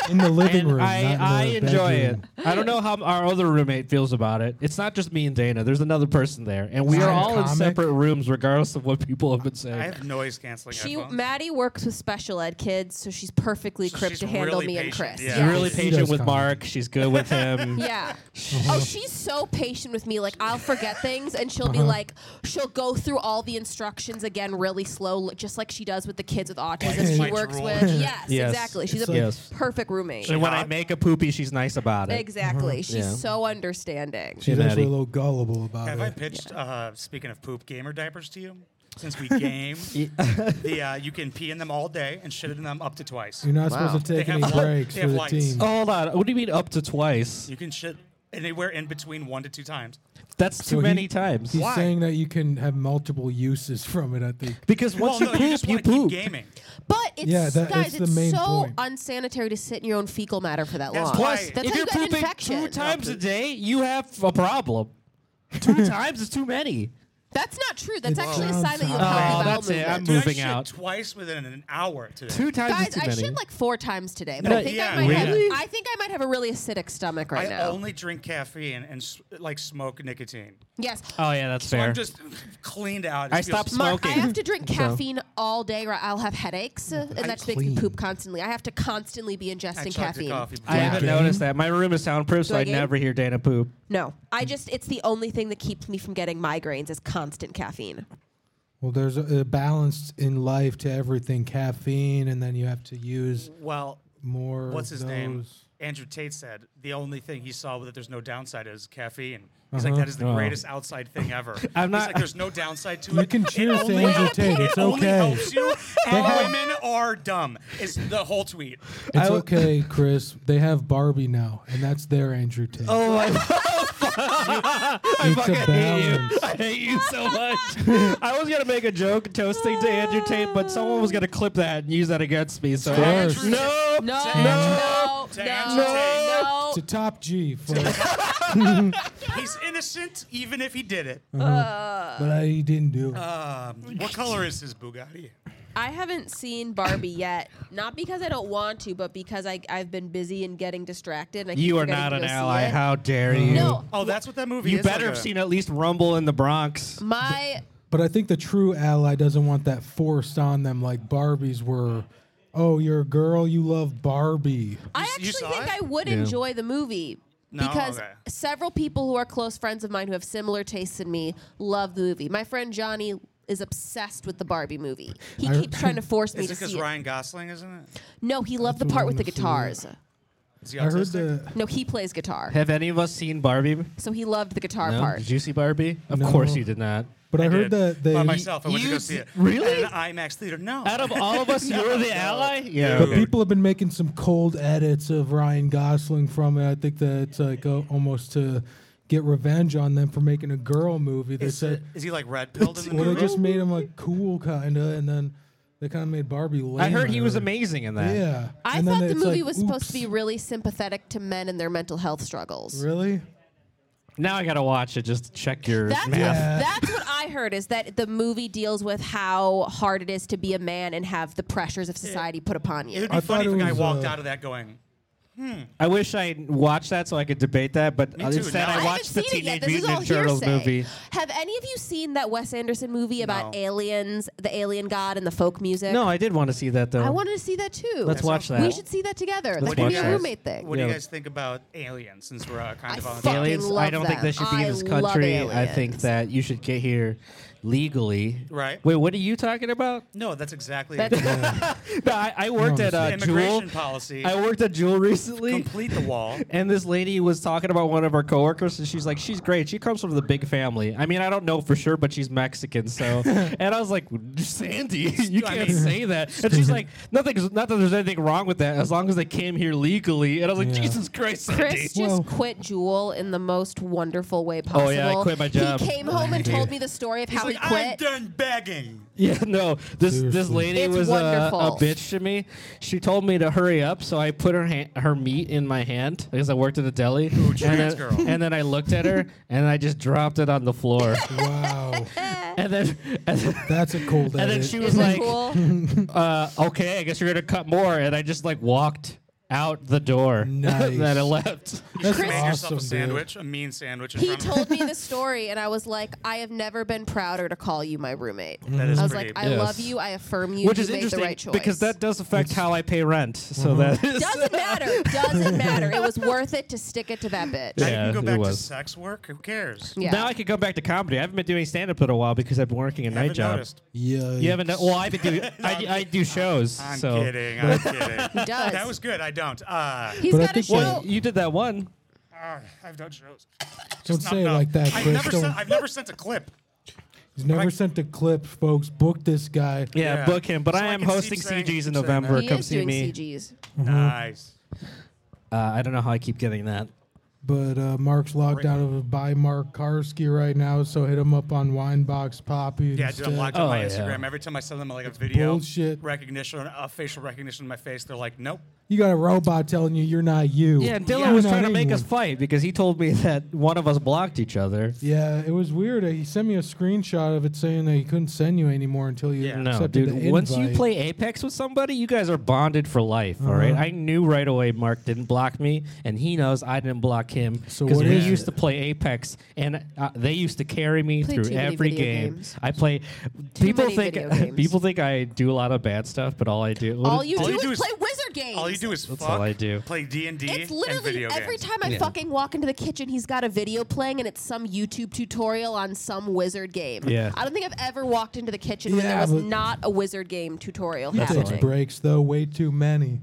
[SPEAKER 3] in the living
[SPEAKER 2] And
[SPEAKER 3] room.
[SPEAKER 2] I, I
[SPEAKER 3] not in the
[SPEAKER 2] enjoy it.
[SPEAKER 3] bedroom.
[SPEAKER 2] I don't know how our other roommate feels about it. It's not just me and Dana. There's another person there, and we
[SPEAKER 3] Is
[SPEAKER 2] are
[SPEAKER 3] that a
[SPEAKER 2] all in
[SPEAKER 3] comic?
[SPEAKER 2] separate rooms, regardless of what people have been saying.
[SPEAKER 1] I have noise canceling.
[SPEAKER 4] She
[SPEAKER 1] headphones.
[SPEAKER 4] Maddie works with special ed kids, so she's perfectly
[SPEAKER 1] So
[SPEAKER 4] equipped
[SPEAKER 1] she's
[SPEAKER 4] to handle
[SPEAKER 1] really
[SPEAKER 4] me and
[SPEAKER 1] patient,
[SPEAKER 4] Chris.
[SPEAKER 1] yeah.
[SPEAKER 2] She's really
[SPEAKER 1] She
[SPEAKER 2] patient
[SPEAKER 3] does
[SPEAKER 2] with
[SPEAKER 3] comic.
[SPEAKER 2] Mark. She's good with him.
[SPEAKER 4] Yeah. Oh, she's so patient with me. Like I'll forget things, and she'll be like, she'll go through all the instructions again really slow, li- just like she does with the kids with autism
[SPEAKER 1] Like
[SPEAKER 4] she
[SPEAKER 1] Mike's
[SPEAKER 4] works
[SPEAKER 1] rule.
[SPEAKER 4] with. Yes,
[SPEAKER 2] Yes.
[SPEAKER 4] exactly. She's
[SPEAKER 3] It's
[SPEAKER 4] a
[SPEAKER 3] like-
[SPEAKER 2] Yes.
[SPEAKER 4] perfect roommate.
[SPEAKER 2] And when I
[SPEAKER 1] hot?
[SPEAKER 2] make a poopy, she's nice about it.
[SPEAKER 4] Exactly. She's
[SPEAKER 2] Yeah.
[SPEAKER 4] so understanding.
[SPEAKER 3] She's
[SPEAKER 2] Hey,
[SPEAKER 3] actually
[SPEAKER 2] Maddie.
[SPEAKER 3] a little gullible about
[SPEAKER 1] Have
[SPEAKER 3] it.
[SPEAKER 1] I pitched? Uh, speaking of poop, gamer diapers to you. Since we game, the uh, you can pee in them all day and shit in them up to twice.
[SPEAKER 3] You're not
[SPEAKER 4] Wow.
[SPEAKER 3] supposed to take
[SPEAKER 1] They
[SPEAKER 3] any
[SPEAKER 1] have li-
[SPEAKER 3] breaks
[SPEAKER 1] they
[SPEAKER 3] for
[SPEAKER 1] have
[SPEAKER 3] the
[SPEAKER 1] lights.
[SPEAKER 3] team.
[SPEAKER 2] Oh, hold on. What do you mean up to twice?
[SPEAKER 1] You can shit anywhere in between one to two times.
[SPEAKER 2] That's too
[SPEAKER 3] So he-
[SPEAKER 2] many times.
[SPEAKER 3] He's
[SPEAKER 1] Why?
[SPEAKER 3] saying that you can have multiple uses from it. I think.
[SPEAKER 2] Because
[SPEAKER 1] well,
[SPEAKER 2] once you
[SPEAKER 1] no, you
[SPEAKER 2] poop,
[SPEAKER 1] just
[SPEAKER 2] you,
[SPEAKER 1] wanna
[SPEAKER 2] poop.
[SPEAKER 1] keep gaming.
[SPEAKER 4] But it's
[SPEAKER 3] Yeah, that-
[SPEAKER 4] guys,
[SPEAKER 3] that's the
[SPEAKER 4] it's
[SPEAKER 3] main
[SPEAKER 4] so
[SPEAKER 3] point.
[SPEAKER 4] unsanitary to sit in your own fecal matter for that
[SPEAKER 1] That's
[SPEAKER 4] long.
[SPEAKER 1] why- That's
[SPEAKER 2] Plus, if
[SPEAKER 4] how
[SPEAKER 2] you're
[SPEAKER 4] you got an
[SPEAKER 2] pooping two
[SPEAKER 4] infection.
[SPEAKER 2] times a day, you have a problem. two times is too many.
[SPEAKER 4] That's not true. That's
[SPEAKER 3] It
[SPEAKER 4] actually a
[SPEAKER 3] sounds
[SPEAKER 4] sign that you have
[SPEAKER 3] Oh,
[SPEAKER 4] healthy bowel
[SPEAKER 2] that's it. I'm
[SPEAKER 4] movement.
[SPEAKER 1] Dude,
[SPEAKER 2] Moving
[SPEAKER 1] I shit
[SPEAKER 2] out.
[SPEAKER 1] twice within an hour today.
[SPEAKER 2] Two times is
[SPEAKER 4] Guys,
[SPEAKER 2] too
[SPEAKER 4] I
[SPEAKER 2] many.
[SPEAKER 4] shit like four times today, but
[SPEAKER 1] No,
[SPEAKER 4] I think
[SPEAKER 1] yeah,
[SPEAKER 4] I might
[SPEAKER 1] really?
[SPEAKER 4] have. I think I might have a really acidic stomach right
[SPEAKER 1] I
[SPEAKER 4] now.
[SPEAKER 1] only drink caffeine and s- like smoke nicotine.
[SPEAKER 4] yes,
[SPEAKER 2] oh yeah, that's
[SPEAKER 1] So
[SPEAKER 2] fair.
[SPEAKER 1] I'm just cleaned out. It
[SPEAKER 2] I
[SPEAKER 1] feels-
[SPEAKER 2] stopped
[SPEAKER 4] Mark, I
[SPEAKER 2] smoking. Mm.
[SPEAKER 4] have to drink caffeine all day, or I'll have headaches, uh, and that makes me
[SPEAKER 3] clean.
[SPEAKER 4] poop constantly. I have to constantly be
[SPEAKER 1] I
[SPEAKER 4] ingesting
[SPEAKER 1] chugged a
[SPEAKER 4] caffeine.
[SPEAKER 1] coffee
[SPEAKER 2] I
[SPEAKER 1] before.
[SPEAKER 2] haven't
[SPEAKER 3] game?
[SPEAKER 2] noticed that. My room is soundproof, so
[SPEAKER 4] Do I
[SPEAKER 2] I
[SPEAKER 4] game?
[SPEAKER 2] never hear Dana poop.
[SPEAKER 4] No, I just it's the only thing that keeps me from getting migraines is constant caffeine.
[SPEAKER 3] Well, there's a, a balance in life to everything. Caffeine, and then you have to use
[SPEAKER 1] Well,
[SPEAKER 3] more. of
[SPEAKER 1] what's his name?
[SPEAKER 3] those.
[SPEAKER 1] Andrew Tate said the only thing he saw that there's no downside is caffeine. He's
[SPEAKER 3] Uh-huh.
[SPEAKER 1] like, that is the
[SPEAKER 2] Oh.
[SPEAKER 1] greatest outside thing ever.
[SPEAKER 2] I'm
[SPEAKER 1] He's
[SPEAKER 2] not-
[SPEAKER 1] like, there's no downside to it.
[SPEAKER 3] You can
[SPEAKER 1] It
[SPEAKER 3] cheers to
[SPEAKER 1] only-
[SPEAKER 3] Andrew
[SPEAKER 1] it
[SPEAKER 3] Tate. It's
[SPEAKER 1] only
[SPEAKER 3] okay.
[SPEAKER 1] helps you,
[SPEAKER 3] have-
[SPEAKER 1] and women are dumb. Is the whole tweet.
[SPEAKER 3] It's
[SPEAKER 2] I-
[SPEAKER 3] okay, Chris. They have Barbie now, and that's their Andrew Tate.
[SPEAKER 2] Oh, I,
[SPEAKER 3] it's
[SPEAKER 2] fucking
[SPEAKER 3] a
[SPEAKER 2] hate you.
[SPEAKER 3] balance.
[SPEAKER 2] I hate you so much. I was gonna make a joke toasting to Andrew Tate, but someone was gonna clip that and use that against me. So
[SPEAKER 3] course.
[SPEAKER 2] no,
[SPEAKER 4] No,
[SPEAKER 1] To
[SPEAKER 4] no,
[SPEAKER 1] Andrew
[SPEAKER 4] no,
[SPEAKER 1] Tate.
[SPEAKER 4] no.
[SPEAKER 3] It's a top G. For,
[SPEAKER 1] He's innocent, even if he did it.
[SPEAKER 3] Uh-huh. but I didn't do it.
[SPEAKER 1] Um, what color is his Bugatti?
[SPEAKER 4] I haven't seen Barbie yet. Not because I don't want to, but because I, I've been busy and getting distracted. And I keep
[SPEAKER 2] You are
[SPEAKER 4] forgetting
[SPEAKER 2] not
[SPEAKER 4] to
[SPEAKER 2] an
[SPEAKER 4] go see
[SPEAKER 2] ally.
[SPEAKER 4] it.
[SPEAKER 2] How dare you?
[SPEAKER 4] No.
[SPEAKER 1] Oh, that's what that movie
[SPEAKER 2] You
[SPEAKER 1] is.
[SPEAKER 2] better
[SPEAKER 1] like
[SPEAKER 2] have
[SPEAKER 1] a-
[SPEAKER 2] seen at least Rumble in the Bronx.
[SPEAKER 4] My
[SPEAKER 3] But I think the true ally doesn't want that forced on them like Barbies were. Oh, you're a girl, you love Barbie.
[SPEAKER 4] I
[SPEAKER 1] s- you
[SPEAKER 4] actually
[SPEAKER 1] saw
[SPEAKER 4] think
[SPEAKER 1] it?
[SPEAKER 4] I would
[SPEAKER 2] Yeah.
[SPEAKER 4] enjoy the movie
[SPEAKER 1] No?
[SPEAKER 4] because
[SPEAKER 1] Okay.
[SPEAKER 4] several people who are close friends of mine who have similar tastes in me love the movie. My friend Johnny is obsessed with the Barbie movie. He
[SPEAKER 3] I-
[SPEAKER 4] keeps trying to force me
[SPEAKER 1] Is it
[SPEAKER 4] to
[SPEAKER 1] because
[SPEAKER 4] see it.
[SPEAKER 1] Ryan Gosling isn't it?
[SPEAKER 4] No, he loved the
[SPEAKER 3] That's
[SPEAKER 4] part
[SPEAKER 3] the
[SPEAKER 4] with the
[SPEAKER 3] one that's
[SPEAKER 4] guitars.
[SPEAKER 1] Is he
[SPEAKER 3] I heard
[SPEAKER 1] autistic?
[SPEAKER 3] the.
[SPEAKER 4] No, he plays guitar.
[SPEAKER 2] Have any of us seen Barbie?
[SPEAKER 4] So he loved the guitar
[SPEAKER 2] No?
[SPEAKER 4] part.
[SPEAKER 2] Did you see Barbie? Of
[SPEAKER 3] No.
[SPEAKER 2] course you did not.
[SPEAKER 3] But I,
[SPEAKER 1] I did.
[SPEAKER 3] heard that they.
[SPEAKER 1] by myself. I went to
[SPEAKER 2] you
[SPEAKER 1] go
[SPEAKER 2] d-
[SPEAKER 1] see it.
[SPEAKER 2] really?
[SPEAKER 1] At an IMAX theater? No.
[SPEAKER 2] Out of all of us, you're the ally. Yeah.
[SPEAKER 3] But people have been making some cold edits of Ryan Gosling from it. I think that it's like uh, almost to get revenge on them for making a girl movie. They
[SPEAKER 1] Is,
[SPEAKER 3] said,
[SPEAKER 1] it- is he like red pilled in the
[SPEAKER 3] well, they
[SPEAKER 1] movie?
[SPEAKER 3] just made him like cool kind of, and then they kind of made Barbie. Lame
[SPEAKER 2] I heard he was
[SPEAKER 3] amazing.
[SPEAKER 2] amazing in that.
[SPEAKER 3] Yeah.
[SPEAKER 4] I
[SPEAKER 3] And then
[SPEAKER 4] thought the
[SPEAKER 3] it's
[SPEAKER 4] movie
[SPEAKER 3] like,
[SPEAKER 4] was supposed to
[SPEAKER 3] oops.
[SPEAKER 4] be really sympathetic to men and their mental health struggles.
[SPEAKER 3] Really?
[SPEAKER 2] Now I gotta watch it just to check your
[SPEAKER 4] That's what,
[SPEAKER 2] math.
[SPEAKER 3] Yeah.
[SPEAKER 4] that's what I heard is that the movie deals with how hard it is to be a man and have the pressures of society put upon
[SPEAKER 1] It
[SPEAKER 4] you.
[SPEAKER 1] would be
[SPEAKER 3] I
[SPEAKER 1] funny if a
[SPEAKER 3] thought it
[SPEAKER 1] guy
[SPEAKER 3] was,
[SPEAKER 1] walked
[SPEAKER 3] uh,
[SPEAKER 1] out of that going,
[SPEAKER 2] I wish I watched that so I could debate that, but
[SPEAKER 1] Me too,
[SPEAKER 2] instead
[SPEAKER 1] no. I
[SPEAKER 2] I
[SPEAKER 1] haven't
[SPEAKER 2] watched the
[SPEAKER 4] haven't seen
[SPEAKER 2] Teenage
[SPEAKER 4] it yet. This is
[SPEAKER 2] Mutant Ninja
[SPEAKER 4] all
[SPEAKER 2] Turtles
[SPEAKER 4] hearsay.
[SPEAKER 2] movie.
[SPEAKER 4] Have any of you seen that Wes Anderson movie about
[SPEAKER 1] No.
[SPEAKER 4] aliens, the alien god, and the folk music?
[SPEAKER 2] No, I did want to see that though.
[SPEAKER 4] I wanted to see that too.
[SPEAKER 2] Let's watch that.
[SPEAKER 4] We should see that together.
[SPEAKER 2] Let's
[SPEAKER 4] that could
[SPEAKER 2] watch
[SPEAKER 4] be a
[SPEAKER 2] that.
[SPEAKER 4] roommate thing.
[SPEAKER 1] What do
[SPEAKER 2] Yeah.
[SPEAKER 1] you guys think about aliens? Since we're uh, kind
[SPEAKER 4] I
[SPEAKER 1] of on the
[SPEAKER 4] fucking
[SPEAKER 1] topic?
[SPEAKER 2] aliens. I
[SPEAKER 4] love
[SPEAKER 2] don't think
[SPEAKER 4] them.
[SPEAKER 2] they should be
[SPEAKER 4] I
[SPEAKER 2] in this
[SPEAKER 4] love
[SPEAKER 2] country. I think
[SPEAKER 4] aliens.
[SPEAKER 2] that you should get here legally.
[SPEAKER 1] Right.
[SPEAKER 2] Wait, what are you talking about?
[SPEAKER 1] No, that's exactly
[SPEAKER 4] That's-
[SPEAKER 1] it.
[SPEAKER 2] No, I, I worked at uh, Jewel.
[SPEAKER 1] immigration policy.
[SPEAKER 2] I worked at Jewel recently.
[SPEAKER 1] Complete the wall.
[SPEAKER 2] And this lady was talking about one of her coworkers, and she's like, "She's great. She comes from the big family. I mean, I don't know for sure, but she's Mexican." So, and I was like, "Sandy, you
[SPEAKER 1] I
[SPEAKER 2] can't
[SPEAKER 1] mean-
[SPEAKER 2] say that." And she's like, "Nothing. Not that there's anything wrong with that, as long as they came here legally." And I was like,
[SPEAKER 3] Yeah.
[SPEAKER 2] "Jesus Christ, Sandy."
[SPEAKER 4] Chris
[SPEAKER 3] Well-
[SPEAKER 4] just quit Jewel in the most wonderful way possible.
[SPEAKER 2] Oh, yeah, I quit my job.
[SPEAKER 4] He came home and told me the story of
[SPEAKER 1] He's
[SPEAKER 4] how
[SPEAKER 1] like,
[SPEAKER 4] he
[SPEAKER 1] I'm
[SPEAKER 4] quit.
[SPEAKER 1] done begging.
[SPEAKER 2] Yeah, no. This this
[SPEAKER 3] Seriously.
[SPEAKER 2] lady
[SPEAKER 4] It's
[SPEAKER 2] was a, a
[SPEAKER 4] wonderful.
[SPEAKER 2] bitch to me. She told me to hurry up, so I put her hand, her meat in my hand because I worked in a deli. and,
[SPEAKER 1] trans
[SPEAKER 2] then,
[SPEAKER 1] girl.
[SPEAKER 2] and then I looked at her and I just dropped it on the floor.
[SPEAKER 3] Wow.
[SPEAKER 2] and then and, then-
[SPEAKER 3] That's a cold
[SPEAKER 2] and
[SPEAKER 3] edit.
[SPEAKER 2] then she was
[SPEAKER 4] Isn't that
[SPEAKER 2] like,
[SPEAKER 4] cool?
[SPEAKER 2] uh, "Okay, I guess you're gonna cut more." And I just like walked out the door.
[SPEAKER 3] Nice.
[SPEAKER 2] and then I left.
[SPEAKER 3] That's
[SPEAKER 4] Chris-
[SPEAKER 1] Made yourself
[SPEAKER 3] awesome,
[SPEAKER 1] a
[SPEAKER 3] dude.
[SPEAKER 1] sandwich, a mean sandwich.
[SPEAKER 4] He
[SPEAKER 1] in front
[SPEAKER 4] told me the story, and I was like, I have never been prouder to call you my roommate.
[SPEAKER 1] That is
[SPEAKER 4] I was
[SPEAKER 1] pretty-
[SPEAKER 4] like, I
[SPEAKER 2] Yes.
[SPEAKER 4] love you. I affirm you.
[SPEAKER 2] Which
[SPEAKER 4] you
[SPEAKER 2] is
[SPEAKER 4] made
[SPEAKER 2] interesting
[SPEAKER 4] the right choice.
[SPEAKER 2] because that does affect how I pay rent. So that is
[SPEAKER 4] doesn't matter. Doesn't matter. It was worth it to stick it to that bitch.
[SPEAKER 1] Now
[SPEAKER 2] Yeah.
[SPEAKER 1] you can go
[SPEAKER 2] it
[SPEAKER 1] back to
[SPEAKER 2] was.
[SPEAKER 1] sex work. Who cares?
[SPEAKER 4] Yeah.
[SPEAKER 2] Now I can go back to comedy. I haven't been doing stand up in a while because I've been working a
[SPEAKER 1] Haven't
[SPEAKER 2] night job.
[SPEAKER 1] noticed.
[SPEAKER 3] Yeah.
[SPEAKER 2] You haven't. done- Well, I've been doing. I, I do shows.
[SPEAKER 1] I'm
[SPEAKER 2] so.
[SPEAKER 1] kidding. I'm kidding.
[SPEAKER 4] does.
[SPEAKER 1] That was good. I don't. Uh,
[SPEAKER 4] He's
[SPEAKER 3] But I
[SPEAKER 4] got a
[SPEAKER 3] think what-
[SPEAKER 4] show.
[SPEAKER 2] Well, you did that one.
[SPEAKER 1] uh, I've done shows.
[SPEAKER 3] Don't
[SPEAKER 1] Not
[SPEAKER 3] say it
[SPEAKER 1] enough.
[SPEAKER 3] like that,
[SPEAKER 1] I've
[SPEAKER 3] Chris.
[SPEAKER 1] never,
[SPEAKER 3] Don't-
[SPEAKER 1] sent, I've never sent a clip.
[SPEAKER 3] He's never
[SPEAKER 1] Right.
[SPEAKER 3] sent a clip, folks. Book this guy.
[SPEAKER 2] Yeah,
[SPEAKER 1] Yeah.
[SPEAKER 2] book him. But
[SPEAKER 1] So I
[SPEAKER 2] I am
[SPEAKER 1] can keep
[SPEAKER 2] hosting
[SPEAKER 1] saying-
[SPEAKER 2] CGs in
[SPEAKER 1] keep saying
[SPEAKER 2] November.
[SPEAKER 4] He
[SPEAKER 2] Come
[SPEAKER 4] is
[SPEAKER 2] see
[SPEAKER 4] doing
[SPEAKER 2] me.
[SPEAKER 4] CGs.
[SPEAKER 3] Mm-hmm.
[SPEAKER 1] Nice.
[SPEAKER 2] Uh, I don't know how I keep getting that.
[SPEAKER 3] But uh, Mark's locked out of by Mark Karski right now, so hit him up on Winebox Poppy.
[SPEAKER 1] Yeah, dude, I'm
[SPEAKER 3] instead.
[SPEAKER 1] locked on
[SPEAKER 2] Oh,
[SPEAKER 1] my
[SPEAKER 2] yeah.
[SPEAKER 1] Instagram. Every time I send them like a video
[SPEAKER 3] bullshit.
[SPEAKER 1] recognition, uh, facial recognition in my face, they're like, nope.
[SPEAKER 3] You got a robot telling you you're not you.
[SPEAKER 2] Yeah, Dylan
[SPEAKER 3] You're
[SPEAKER 2] was
[SPEAKER 3] not
[SPEAKER 2] trying to make
[SPEAKER 3] anyone.
[SPEAKER 2] us fight because he told me that one of us blocked each other.
[SPEAKER 3] Yeah, it was weird. He sent me a screenshot of it saying that he couldn't send you anymore until you
[SPEAKER 1] Yeah.
[SPEAKER 2] No,
[SPEAKER 3] accepted
[SPEAKER 2] dude.
[SPEAKER 3] the
[SPEAKER 2] Once you
[SPEAKER 3] invite.
[SPEAKER 2] play Apex with somebody, you guys are bonded for life. all right.
[SPEAKER 3] Uh-huh.
[SPEAKER 2] I knew right away Mark didn't block me, and he knows I didn't block him.
[SPEAKER 3] So
[SPEAKER 2] because
[SPEAKER 3] what
[SPEAKER 2] we
[SPEAKER 3] is
[SPEAKER 2] used
[SPEAKER 3] it?
[SPEAKER 2] to play Apex, and uh, they used to carry me
[SPEAKER 4] Play
[SPEAKER 2] through
[SPEAKER 4] too many
[SPEAKER 2] every
[SPEAKER 4] video
[SPEAKER 2] game.
[SPEAKER 4] games.
[SPEAKER 2] I play. people
[SPEAKER 4] many
[SPEAKER 2] think
[SPEAKER 4] video games.
[SPEAKER 2] people think I do a lot of bad stuff, but all I do. what
[SPEAKER 4] All
[SPEAKER 2] is-
[SPEAKER 4] you
[SPEAKER 1] All
[SPEAKER 4] do
[SPEAKER 1] you
[SPEAKER 4] is
[SPEAKER 1] do is-
[SPEAKER 4] play wizard games.
[SPEAKER 1] All you do is
[SPEAKER 2] That's
[SPEAKER 1] fuck,
[SPEAKER 2] all I do.
[SPEAKER 1] play D and D, and
[SPEAKER 4] It's literally
[SPEAKER 1] video
[SPEAKER 4] every
[SPEAKER 1] games.
[SPEAKER 4] time I
[SPEAKER 2] Yeah.
[SPEAKER 4] fucking walk into the kitchen, he's got a video playing, and it's some YouTube tutorial on some wizard game.
[SPEAKER 2] Yeah.
[SPEAKER 4] I don't think I've ever walked into the kitchen when there
[SPEAKER 3] Yeah,
[SPEAKER 4] was
[SPEAKER 3] but-
[SPEAKER 4] not a wizard game tutorial
[SPEAKER 3] He takes
[SPEAKER 4] happening.
[SPEAKER 3] breaks though, way too many.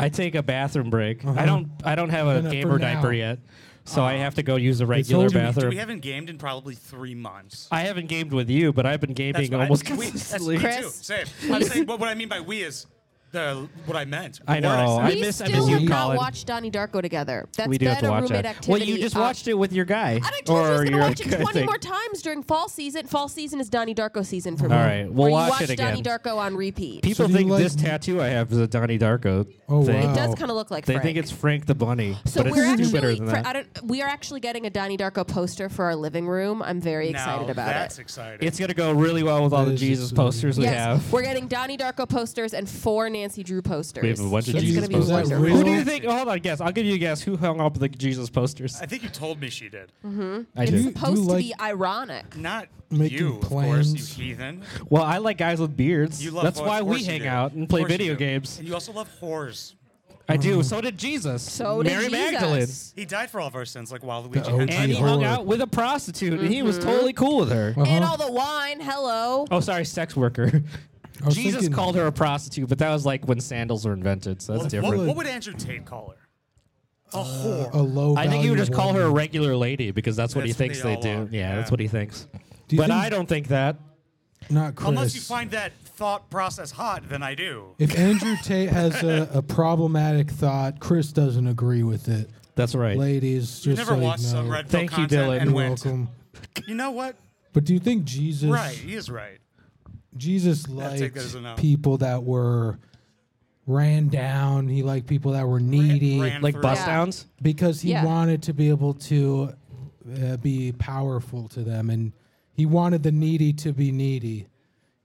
[SPEAKER 2] I take a bathroom break. I don't. I don't have a
[SPEAKER 3] No, no,
[SPEAKER 2] game
[SPEAKER 3] Uh-huh. for
[SPEAKER 2] or diaper
[SPEAKER 3] now.
[SPEAKER 2] yet, so I have to go use a regular
[SPEAKER 3] told you-
[SPEAKER 1] Do
[SPEAKER 2] bathroom.
[SPEAKER 1] we haven't gamed in probably three months.
[SPEAKER 2] I haven't gamed with you, but I've been gaming
[SPEAKER 1] what
[SPEAKER 2] almost
[SPEAKER 1] I, we, that's
[SPEAKER 2] consistently.
[SPEAKER 1] me too.
[SPEAKER 4] Chris.
[SPEAKER 1] Same. I'm saying what, what I mean by we is the what I meant.
[SPEAKER 2] I
[SPEAKER 1] The word
[SPEAKER 2] know,
[SPEAKER 1] said.
[SPEAKER 2] I
[SPEAKER 4] we
[SPEAKER 2] miss- I
[SPEAKER 4] still
[SPEAKER 2] miss you,
[SPEAKER 4] have not
[SPEAKER 2] Colin.
[SPEAKER 4] watched Donnie Darko together. That's
[SPEAKER 2] we do
[SPEAKER 4] been
[SPEAKER 2] have to
[SPEAKER 4] a
[SPEAKER 2] watch
[SPEAKER 4] roommate
[SPEAKER 2] it.
[SPEAKER 4] activity.
[SPEAKER 2] Well, you just
[SPEAKER 4] uh,
[SPEAKER 2] watched it with your guy.
[SPEAKER 4] And I told you I was
[SPEAKER 2] your
[SPEAKER 4] gonna watch it
[SPEAKER 2] guy
[SPEAKER 4] 20
[SPEAKER 2] thing.
[SPEAKER 4] more times during fall season. Fall season is Donnie Darko season for me.
[SPEAKER 2] All right, we'll
[SPEAKER 4] Where you
[SPEAKER 2] watch
[SPEAKER 4] watch
[SPEAKER 2] it
[SPEAKER 4] Donnie
[SPEAKER 2] again.
[SPEAKER 4] Darko on repeat.
[SPEAKER 2] People
[SPEAKER 3] So do you
[SPEAKER 2] think
[SPEAKER 3] like-
[SPEAKER 2] this tattoo I have is a Donnie Darko
[SPEAKER 3] Oh,
[SPEAKER 2] thing.
[SPEAKER 3] wow.
[SPEAKER 4] it does kind of look like
[SPEAKER 2] They
[SPEAKER 4] Frank.
[SPEAKER 2] think it's Frank the Bunny,
[SPEAKER 4] So
[SPEAKER 2] but
[SPEAKER 4] we're
[SPEAKER 2] it's
[SPEAKER 4] actually
[SPEAKER 2] stupider than
[SPEAKER 4] for-
[SPEAKER 2] that.
[SPEAKER 4] I don't, we are actually getting a Donnie Darko poster for our living room. I'm very
[SPEAKER 1] Now
[SPEAKER 4] excited about
[SPEAKER 1] that's
[SPEAKER 4] it.
[SPEAKER 1] exciting.
[SPEAKER 2] it's gonna go really well with all
[SPEAKER 3] That
[SPEAKER 2] the
[SPEAKER 3] is
[SPEAKER 2] Jesus
[SPEAKER 3] absurd.
[SPEAKER 2] posters we
[SPEAKER 4] yes,
[SPEAKER 2] have.
[SPEAKER 4] we're getting Donnie Darko posters and four Nancy Drew posters.
[SPEAKER 2] We have a bunch of
[SPEAKER 4] it's
[SPEAKER 2] Jesus
[SPEAKER 4] gonna be
[SPEAKER 2] posters.
[SPEAKER 3] Is that
[SPEAKER 4] wonderful.
[SPEAKER 3] real?
[SPEAKER 2] Who do you think? oh, hold on, guess. I'll give you a guess. Who hung up the Jesus posters?
[SPEAKER 1] I think you told me she did.
[SPEAKER 3] Mm-hmm.
[SPEAKER 2] I
[SPEAKER 4] It's
[SPEAKER 2] did.
[SPEAKER 3] You-
[SPEAKER 4] supposed to
[SPEAKER 3] like-
[SPEAKER 4] be ironic.
[SPEAKER 1] Not
[SPEAKER 3] Making
[SPEAKER 1] you, of course,
[SPEAKER 3] plans.
[SPEAKER 1] you heathen.
[SPEAKER 2] Well, I like guys with beards.
[SPEAKER 1] You love
[SPEAKER 2] That's
[SPEAKER 1] whores.
[SPEAKER 2] why
[SPEAKER 1] Of
[SPEAKER 2] we
[SPEAKER 1] course you
[SPEAKER 2] hang
[SPEAKER 1] do.
[SPEAKER 2] out and
[SPEAKER 1] Of
[SPEAKER 2] play
[SPEAKER 1] course you
[SPEAKER 2] video
[SPEAKER 1] do.
[SPEAKER 2] games.
[SPEAKER 1] And you also love whores.
[SPEAKER 2] I do. So did Jesus.
[SPEAKER 4] So did
[SPEAKER 2] Mary
[SPEAKER 4] Jesus.
[SPEAKER 2] Magdalene.
[SPEAKER 1] He died for all of our sins, like Waluigi.
[SPEAKER 3] The OG.
[SPEAKER 2] And he
[SPEAKER 1] Henson.
[SPEAKER 2] hung
[SPEAKER 3] Whore.
[SPEAKER 2] out with a prostitute, and he was
[SPEAKER 4] Mm-hmm.
[SPEAKER 2] totally cool with her.
[SPEAKER 3] Uh-huh.
[SPEAKER 4] And all the wine. Hello.
[SPEAKER 2] Oh, sorry, sex worker.
[SPEAKER 3] I was
[SPEAKER 2] Jesus
[SPEAKER 3] thinking-
[SPEAKER 2] called her a prostitute, but that was like when sandals were invented, so that's
[SPEAKER 1] What-
[SPEAKER 2] different.
[SPEAKER 1] What, what would Andrew Tate call her? A whore.
[SPEAKER 3] a low.
[SPEAKER 2] I think he would
[SPEAKER 3] value
[SPEAKER 2] just call her a
[SPEAKER 3] woman.
[SPEAKER 2] regular lady because that's what he
[SPEAKER 1] That's what
[SPEAKER 2] thinks
[SPEAKER 1] they
[SPEAKER 2] they,
[SPEAKER 1] all
[SPEAKER 2] do.
[SPEAKER 1] are,
[SPEAKER 2] Yeah, that's
[SPEAKER 1] yeah.
[SPEAKER 2] what he thinks.
[SPEAKER 3] Do you
[SPEAKER 2] but
[SPEAKER 3] think-
[SPEAKER 2] I don't think that.
[SPEAKER 3] Not Chris.
[SPEAKER 1] Unless you find that thought process hot, then I do.
[SPEAKER 3] If Andrew Tate has a, a problematic thought, Chris doesn't agree with it.
[SPEAKER 2] That's right.
[SPEAKER 3] Ladies, just
[SPEAKER 1] You never
[SPEAKER 3] so
[SPEAKER 1] watched
[SPEAKER 3] you know,
[SPEAKER 1] some red pill
[SPEAKER 2] Thank you,
[SPEAKER 1] content
[SPEAKER 2] Dylan.
[SPEAKER 1] and
[SPEAKER 3] You're
[SPEAKER 1] went,
[SPEAKER 3] welcome.
[SPEAKER 1] you know what?
[SPEAKER 3] But do you think Jesus
[SPEAKER 1] Right, he is right.
[SPEAKER 3] Jesus
[SPEAKER 1] I'll take that as
[SPEAKER 3] liked
[SPEAKER 1] a no.
[SPEAKER 3] people that were ran down. He liked people that were needy
[SPEAKER 1] ran
[SPEAKER 2] like
[SPEAKER 1] through-
[SPEAKER 2] bust
[SPEAKER 4] Yeah.
[SPEAKER 2] downs?
[SPEAKER 3] because he
[SPEAKER 4] Yeah.
[SPEAKER 3] wanted to be able to uh, be powerful to them, and he wanted the needy to be needy.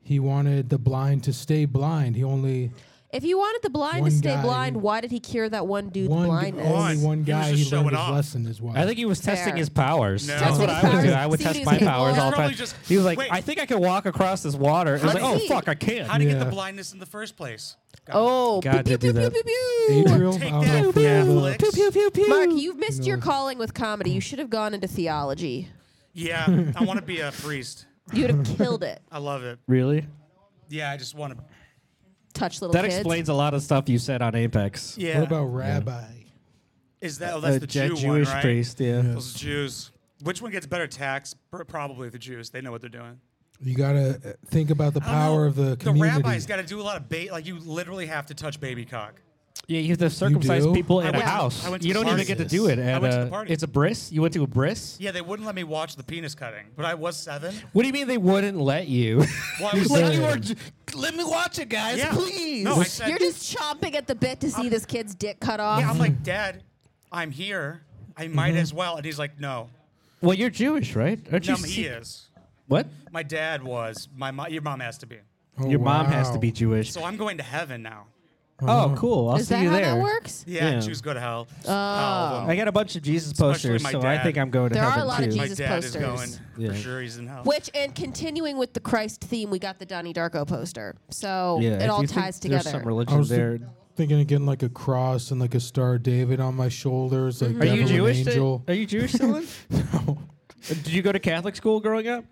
[SPEAKER 3] He wanted the blind to stay blind. He only
[SPEAKER 4] If he wanted the blind
[SPEAKER 3] One
[SPEAKER 4] to stay
[SPEAKER 3] guy.
[SPEAKER 4] blind, why did he cure that one dude's
[SPEAKER 3] one
[SPEAKER 4] blindness?
[SPEAKER 3] only
[SPEAKER 1] He
[SPEAKER 3] one
[SPEAKER 1] was
[SPEAKER 3] guy.
[SPEAKER 1] just
[SPEAKER 3] He learned
[SPEAKER 1] showing
[SPEAKER 3] his
[SPEAKER 1] off.
[SPEAKER 3] lesson is why.
[SPEAKER 2] I think he was testing
[SPEAKER 4] Fair.
[SPEAKER 2] his powers.
[SPEAKER 1] No.
[SPEAKER 2] That's what I would do.
[SPEAKER 4] Testing
[SPEAKER 2] I would
[SPEAKER 4] his powers,
[SPEAKER 2] test my
[SPEAKER 4] see who's
[SPEAKER 2] powers all the
[SPEAKER 1] capable.
[SPEAKER 2] time.
[SPEAKER 1] Probably just-
[SPEAKER 2] He was like,
[SPEAKER 1] wait.
[SPEAKER 2] I think I can walk across this water. And I was
[SPEAKER 1] How
[SPEAKER 2] like,
[SPEAKER 1] did
[SPEAKER 2] oh,
[SPEAKER 1] he-
[SPEAKER 2] fuck, I
[SPEAKER 1] How do
[SPEAKER 2] can't.
[SPEAKER 1] you get the
[SPEAKER 3] Yeah.
[SPEAKER 1] blindness in the first place? Got it.
[SPEAKER 4] Oh,
[SPEAKER 2] God, to
[SPEAKER 4] pew, pew,
[SPEAKER 2] do
[SPEAKER 4] pew,
[SPEAKER 2] that.
[SPEAKER 4] pew, pew.
[SPEAKER 3] April.
[SPEAKER 1] Take
[SPEAKER 3] I don't
[SPEAKER 1] that,
[SPEAKER 3] know if we have, uh,
[SPEAKER 1] Netflix.
[SPEAKER 4] Mark, you've missed your calling with comedy. You should have gone into theology.
[SPEAKER 1] Yeah, I want to be a priest.
[SPEAKER 4] You'd have killed it.
[SPEAKER 1] I love it.
[SPEAKER 2] Really?
[SPEAKER 1] Yeah, I just want to.
[SPEAKER 4] Touch little
[SPEAKER 2] That
[SPEAKER 4] kids.
[SPEAKER 2] explains a lot of stuff you said on Apex.
[SPEAKER 1] Yeah.
[SPEAKER 3] What about Rabbi?
[SPEAKER 1] Is that? Oh, that's
[SPEAKER 2] Uh,
[SPEAKER 1] the
[SPEAKER 2] Je-
[SPEAKER 1] Jew
[SPEAKER 2] Jewish
[SPEAKER 1] one, right?
[SPEAKER 2] priest, yeah.
[SPEAKER 1] Those Jews. Which one gets better tax? Pr- Probably the Jews. They know what they're doing.
[SPEAKER 3] You gotta uh, think about the
[SPEAKER 1] I don't know.
[SPEAKER 3] power of the community.
[SPEAKER 1] The rabbi's got to do a lot of bait. Like you literally have to touch baby cock.
[SPEAKER 2] Yeah, you have to circumcise
[SPEAKER 3] do?
[SPEAKER 2] people
[SPEAKER 1] I
[SPEAKER 2] in a
[SPEAKER 1] went to-
[SPEAKER 2] house.
[SPEAKER 1] I went to
[SPEAKER 2] You
[SPEAKER 1] the
[SPEAKER 2] don't even get to do it.
[SPEAKER 3] party.
[SPEAKER 2] At
[SPEAKER 1] I went to
[SPEAKER 2] a-
[SPEAKER 1] the party.
[SPEAKER 2] It's a bris. You went to a bris.
[SPEAKER 1] Yeah, they wouldn't let me watch the penis cutting, but I was seven.
[SPEAKER 2] What do you mean they wouldn't let you?
[SPEAKER 1] Well, I was
[SPEAKER 2] Like,
[SPEAKER 1] seven.
[SPEAKER 2] you were j- let me watch it, guys,
[SPEAKER 1] yeah.
[SPEAKER 2] please.
[SPEAKER 1] No, I said.
[SPEAKER 4] You're just chomping at the bit to see this kid's dick cut off.
[SPEAKER 1] yeah, I'm like, Dad, I'm here. I might as well. And he's like, No,
[SPEAKER 2] well, you're Jewish, right? Aren't
[SPEAKER 1] no,
[SPEAKER 2] you?
[SPEAKER 1] he is.
[SPEAKER 2] What?
[SPEAKER 1] My dad was. My mo- your mom has to be.
[SPEAKER 3] Oh,
[SPEAKER 2] Your mom has to
[SPEAKER 3] wow. uh-huh.
[SPEAKER 2] be Jewish.
[SPEAKER 1] So I'm going to heaven now.
[SPEAKER 2] oh, cool. I'll
[SPEAKER 4] Is
[SPEAKER 2] see
[SPEAKER 4] that
[SPEAKER 2] you
[SPEAKER 4] how
[SPEAKER 2] there.
[SPEAKER 4] that works?
[SPEAKER 1] Yeah,
[SPEAKER 2] Yeah.
[SPEAKER 1] Jews go to hell. All of them.
[SPEAKER 2] I got a bunch of Jesus
[SPEAKER 1] Especially
[SPEAKER 2] posters,
[SPEAKER 1] my
[SPEAKER 2] so I
[SPEAKER 1] dad.
[SPEAKER 2] think I'm going to
[SPEAKER 4] There are
[SPEAKER 2] heaven
[SPEAKER 4] a lot of
[SPEAKER 2] too.
[SPEAKER 1] My
[SPEAKER 4] Jesus
[SPEAKER 1] dad is going.
[SPEAKER 4] posters.
[SPEAKER 1] For
[SPEAKER 2] Yeah.
[SPEAKER 1] sure, he's in hell.
[SPEAKER 4] Which, and continuing with the Christ theme, we got the Donnie Darko poster. So
[SPEAKER 2] yeah,
[SPEAKER 4] it
[SPEAKER 2] if
[SPEAKER 4] all
[SPEAKER 2] you think There's
[SPEAKER 4] ties together.
[SPEAKER 2] some
[SPEAKER 3] I
[SPEAKER 2] religion
[SPEAKER 3] was
[SPEAKER 2] there.
[SPEAKER 3] thinking of getting like a cross and like a star of David on my shoulders, like
[SPEAKER 2] Mm-hmm. Are
[SPEAKER 3] devil
[SPEAKER 2] you
[SPEAKER 3] and
[SPEAKER 2] Jewish? uh,
[SPEAKER 3] angel.
[SPEAKER 2] Are you Jewish, Dylan? Did you go to Catholic school growing up?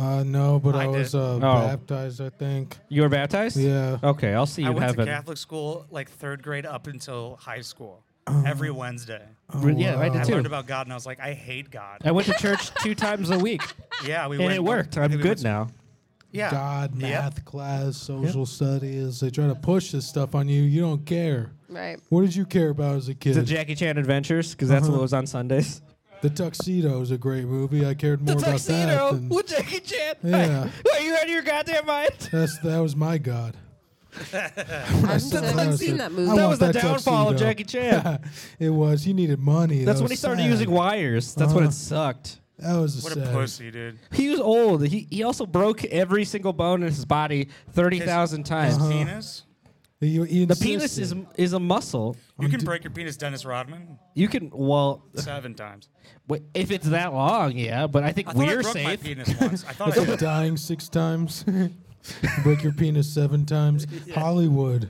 [SPEAKER 3] Uh, no, but
[SPEAKER 1] I
[SPEAKER 3] I, was
[SPEAKER 1] did.
[SPEAKER 3] uh,
[SPEAKER 2] Oh.
[SPEAKER 3] baptized, I think.
[SPEAKER 2] You were baptized?
[SPEAKER 3] Yeah.
[SPEAKER 2] Okay, I'll see you
[SPEAKER 1] I
[SPEAKER 2] in
[SPEAKER 1] went
[SPEAKER 2] heaven.
[SPEAKER 1] to Catholic school like third grade up until high school. Every Wednesday,
[SPEAKER 2] Re-
[SPEAKER 3] Oh,
[SPEAKER 2] yeah, I
[SPEAKER 1] I
[SPEAKER 2] did
[SPEAKER 1] learned
[SPEAKER 2] too.
[SPEAKER 1] about God and I was like, I hate God.
[SPEAKER 2] I went to church two times a week,
[SPEAKER 1] Yeah, we
[SPEAKER 2] and
[SPEAKER 1] went,
[SPEAKER 2] it worked.
[SPEAKER 1] I
[SPEAKER 2] I'm
[SPEAKER 1] think we
[SPEAKER 2] good
[SPEAKER 1] went-
[SPEAKER 2] now.
[SPEAKER 1] Yeah,
[SPEAKER 3] God,
[SPEAKER 1] Yep.
[SPEAKER 3] math class, social studies. They try to push this stuff on you. You don't care.
[SPEAKER 4] right.
[SPEAKER 3] What did you care about as a kid?
[SPEAKER 2] The Jackie Chan Adventures, because that's what was on Sundays.
[SPEAKER 3] The Tuxedo is a great movie. I cared more about that. Than,
[SPEAKER 2] Jackie Chan.
[SPEAKER 3] Yeah.
[SPEAKER 2] Are you out of your goddamn mind?
[SPEAKER 3] that's, that was my God.
[SPEAKER 4] I've never seen that movie.
[SPEAKER 3] I
[SPEAKER 2] That
[SPEAKER 3] want
[SPEAKER 2] was the
[SPEAKER 3] that
[SPEAKER 2] downfall of
[SPEAKER 3] tuxedo.
[SPEAKER 2] Jackie Chan.
[SPEAKER 3] It was. He needed money.
[SPEAKER 2] That's
[SPEAKER 3] That
[SPEAKER 2] when
[SPEAKER 3] was
[SPEAKER 2] he started
[SPEAKER 3] sad. Uh-huh.
[SPEAKER 2] using wires. That's when it sucked.
[SPEAKER 3] That was a
[SPEAKER 1] What a
[SPEAKER 3] sad.
[SPEAKER 1] pussy, dude.
[SPEAKER 2] He was old. He, he also broke every single bone in his body 30,000 times.
[SPEAKER 1] Penis?
[SPEAKER 3] He- he
[SPEAKER 2] The penis
[SPEAKER 3] insisted.
[SPEAKER 2] is is a muscle.
[SPEAKER 1] You can break your penis, Dennis Rodman,
[SPEAKER 2] You can, well,
[SPEAKER 1] seven times.
[SPEAKER 2] w- if it's that long, yeah, but I think
[SPEAKER 1] I thought I
[SPEAKER 2] we're
[SPEAKER 1] broke my
[SPEAKER 2] safe.
[SPEAKER 1] penis once. I thought I
[SPEAKER 3] It's like
[SPEAKER 1] did.
[SPEAKER 3] dying six times. Break your penis seven times. Hollywood.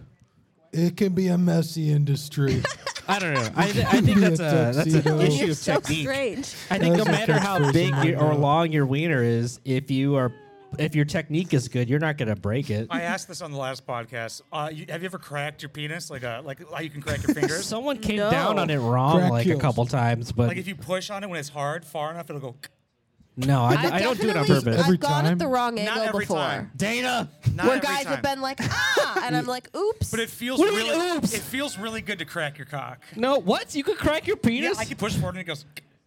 [SPEAKER 3] It can be a messy industry.
[SPEAKER 2] I don't know. I, th- I think that's a that's an
[SPEAKER 3] Tuxedo.
[SPEAKER 2] issue
[SPEAKER 4] You're
[SPEAKER 2] of
[SPEAKER 4] so
[SPEAKER 2] technique.
[SPEAKER 4] strange.
[SPEAKER 2] I think no
[SPEAKER 3] That's a
[SPEAKER 2] matter how
[SPEAKER 3] catchphrase
[SPEAKER 2] big
[SPEAKER 3] in my
[SPEAKER 2] your, or
[SPEAKER 3] mouth.
[SPEAKER 2] long your wiener is, if you are, if your technique is good, you're not gonna break it.
[SPEAKER 1] I asked this on the last podcast. Uh, you, have you ever cracked your penis? Like a like how you can crack your fingers?
[SPEAKER 2] Someone came
[SPEAKER 4] No.
[SPEAKER 2] down on it wrong
[SPEAKER 3] Crack
[SPEAKER 2] like
[SPEAKER 3] heels.
[SPEAKER 2] a couple times, but
[SPEAKER 1] like if you push on it when it's hard, far enough, it'll go.
[SPEAKER 2] No, I,
[SPEAKER 4] I've
[SPEAKER 2] I don't do it on
[SPEAKER 4] definitely-
[SPEAKER 2] purpose.
[SPEAKER 3] Every
[SPEAKER 4] I've gone
[SPEAKER 3] time?
[SPEAKER 4] at the wrong
[SPEAKER 1] Not
[SPEAKER 4] angle
[SPEAKER 1] every
[SPEAKER 4] before.
[SPEAKER 1] time.
[SPEAKER 2] Dana.
[SPEAKER 1] Not
[SPEAKER 4] Where
[SPEAKER 1] every
[SPEAKER 4] guys
[SPEAKER 1] time.
[SPEAKER 4] have been like, ah, and I'm like, oops.
[SPEAKER 1] But it feels
[SPEAKER 2] What do you mean,
[SPEAKER 1] really.
[SPEAKER 2] oops?
[SPEAKER 1] It feels really good to crack your cock.
[SPEAKER 2] No, what? You could crack your
[SPEAKER 1] Yeah,
[SPEAKER 2] penis?
[SPEAKER 1] I can push forward and it goes.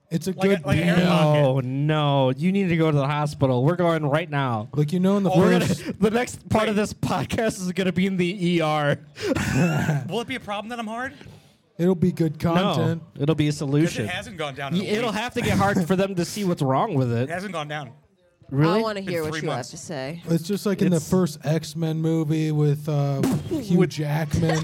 [SPEAKER 3] It's a
[SPEAKER 1] Like a-
[SPEAKER 3] good
[SPEAKER 1] like an air
[SPEAKER 3] beat.
[SPEAKER 1] pocket.
[SPEAKER 2] no, no. You need to go to the hospital. We're going right now.
[SPEAKER 3] Like you know in the
[SPEAKER 1] Or
[SPEAKER 2] We're
[SPEAKER 1] it
[SPEAKER 2] gonna,
[SPEAKER 3] first
[SPEAKER 2] the next part of
[SPEAKER 1] Wait.
[SPEAKER 2] this podcast is going to be in the ER.
[SPEAKER 1] Will it be a problem that I'm hard?
[SPEAKER 3] it'll be good content.
[SPEAKER 2] No, it'll be a
[SPEAKER 1] Because
[SPEAKER 2] solution.
[SPEAKER 1] it hasn't gone down.
[SPEAKER 2] Y-
[SPEAKER 1] In a
[SPEAKER 2] It'll
[SPEAKER 1] week.
[SPEAKER 2] have to get hard for them to see what's wrong with
[SPEAKER 1] It
[SPEAKER 2] it.
[SPEAKER 1] hasn't gone down.
[SPEAKER 2] Really?
[SPEAKER 4] I want to hear
[SPEAKER 1] Been
[SPEAKER 4] what
[SPEAKER 1] three
[SPEAKER 4] you
[SPEAKER 1] months.
[SPEAKER 4] have to say.
[SPEAKER 3] It's just like in the
[SPEAKER 2] It's-
[SPEAKER 3] first X Men movie with uh, Hugh
[SPEAKER 2] With-
[SPEAKER 3] Jackman.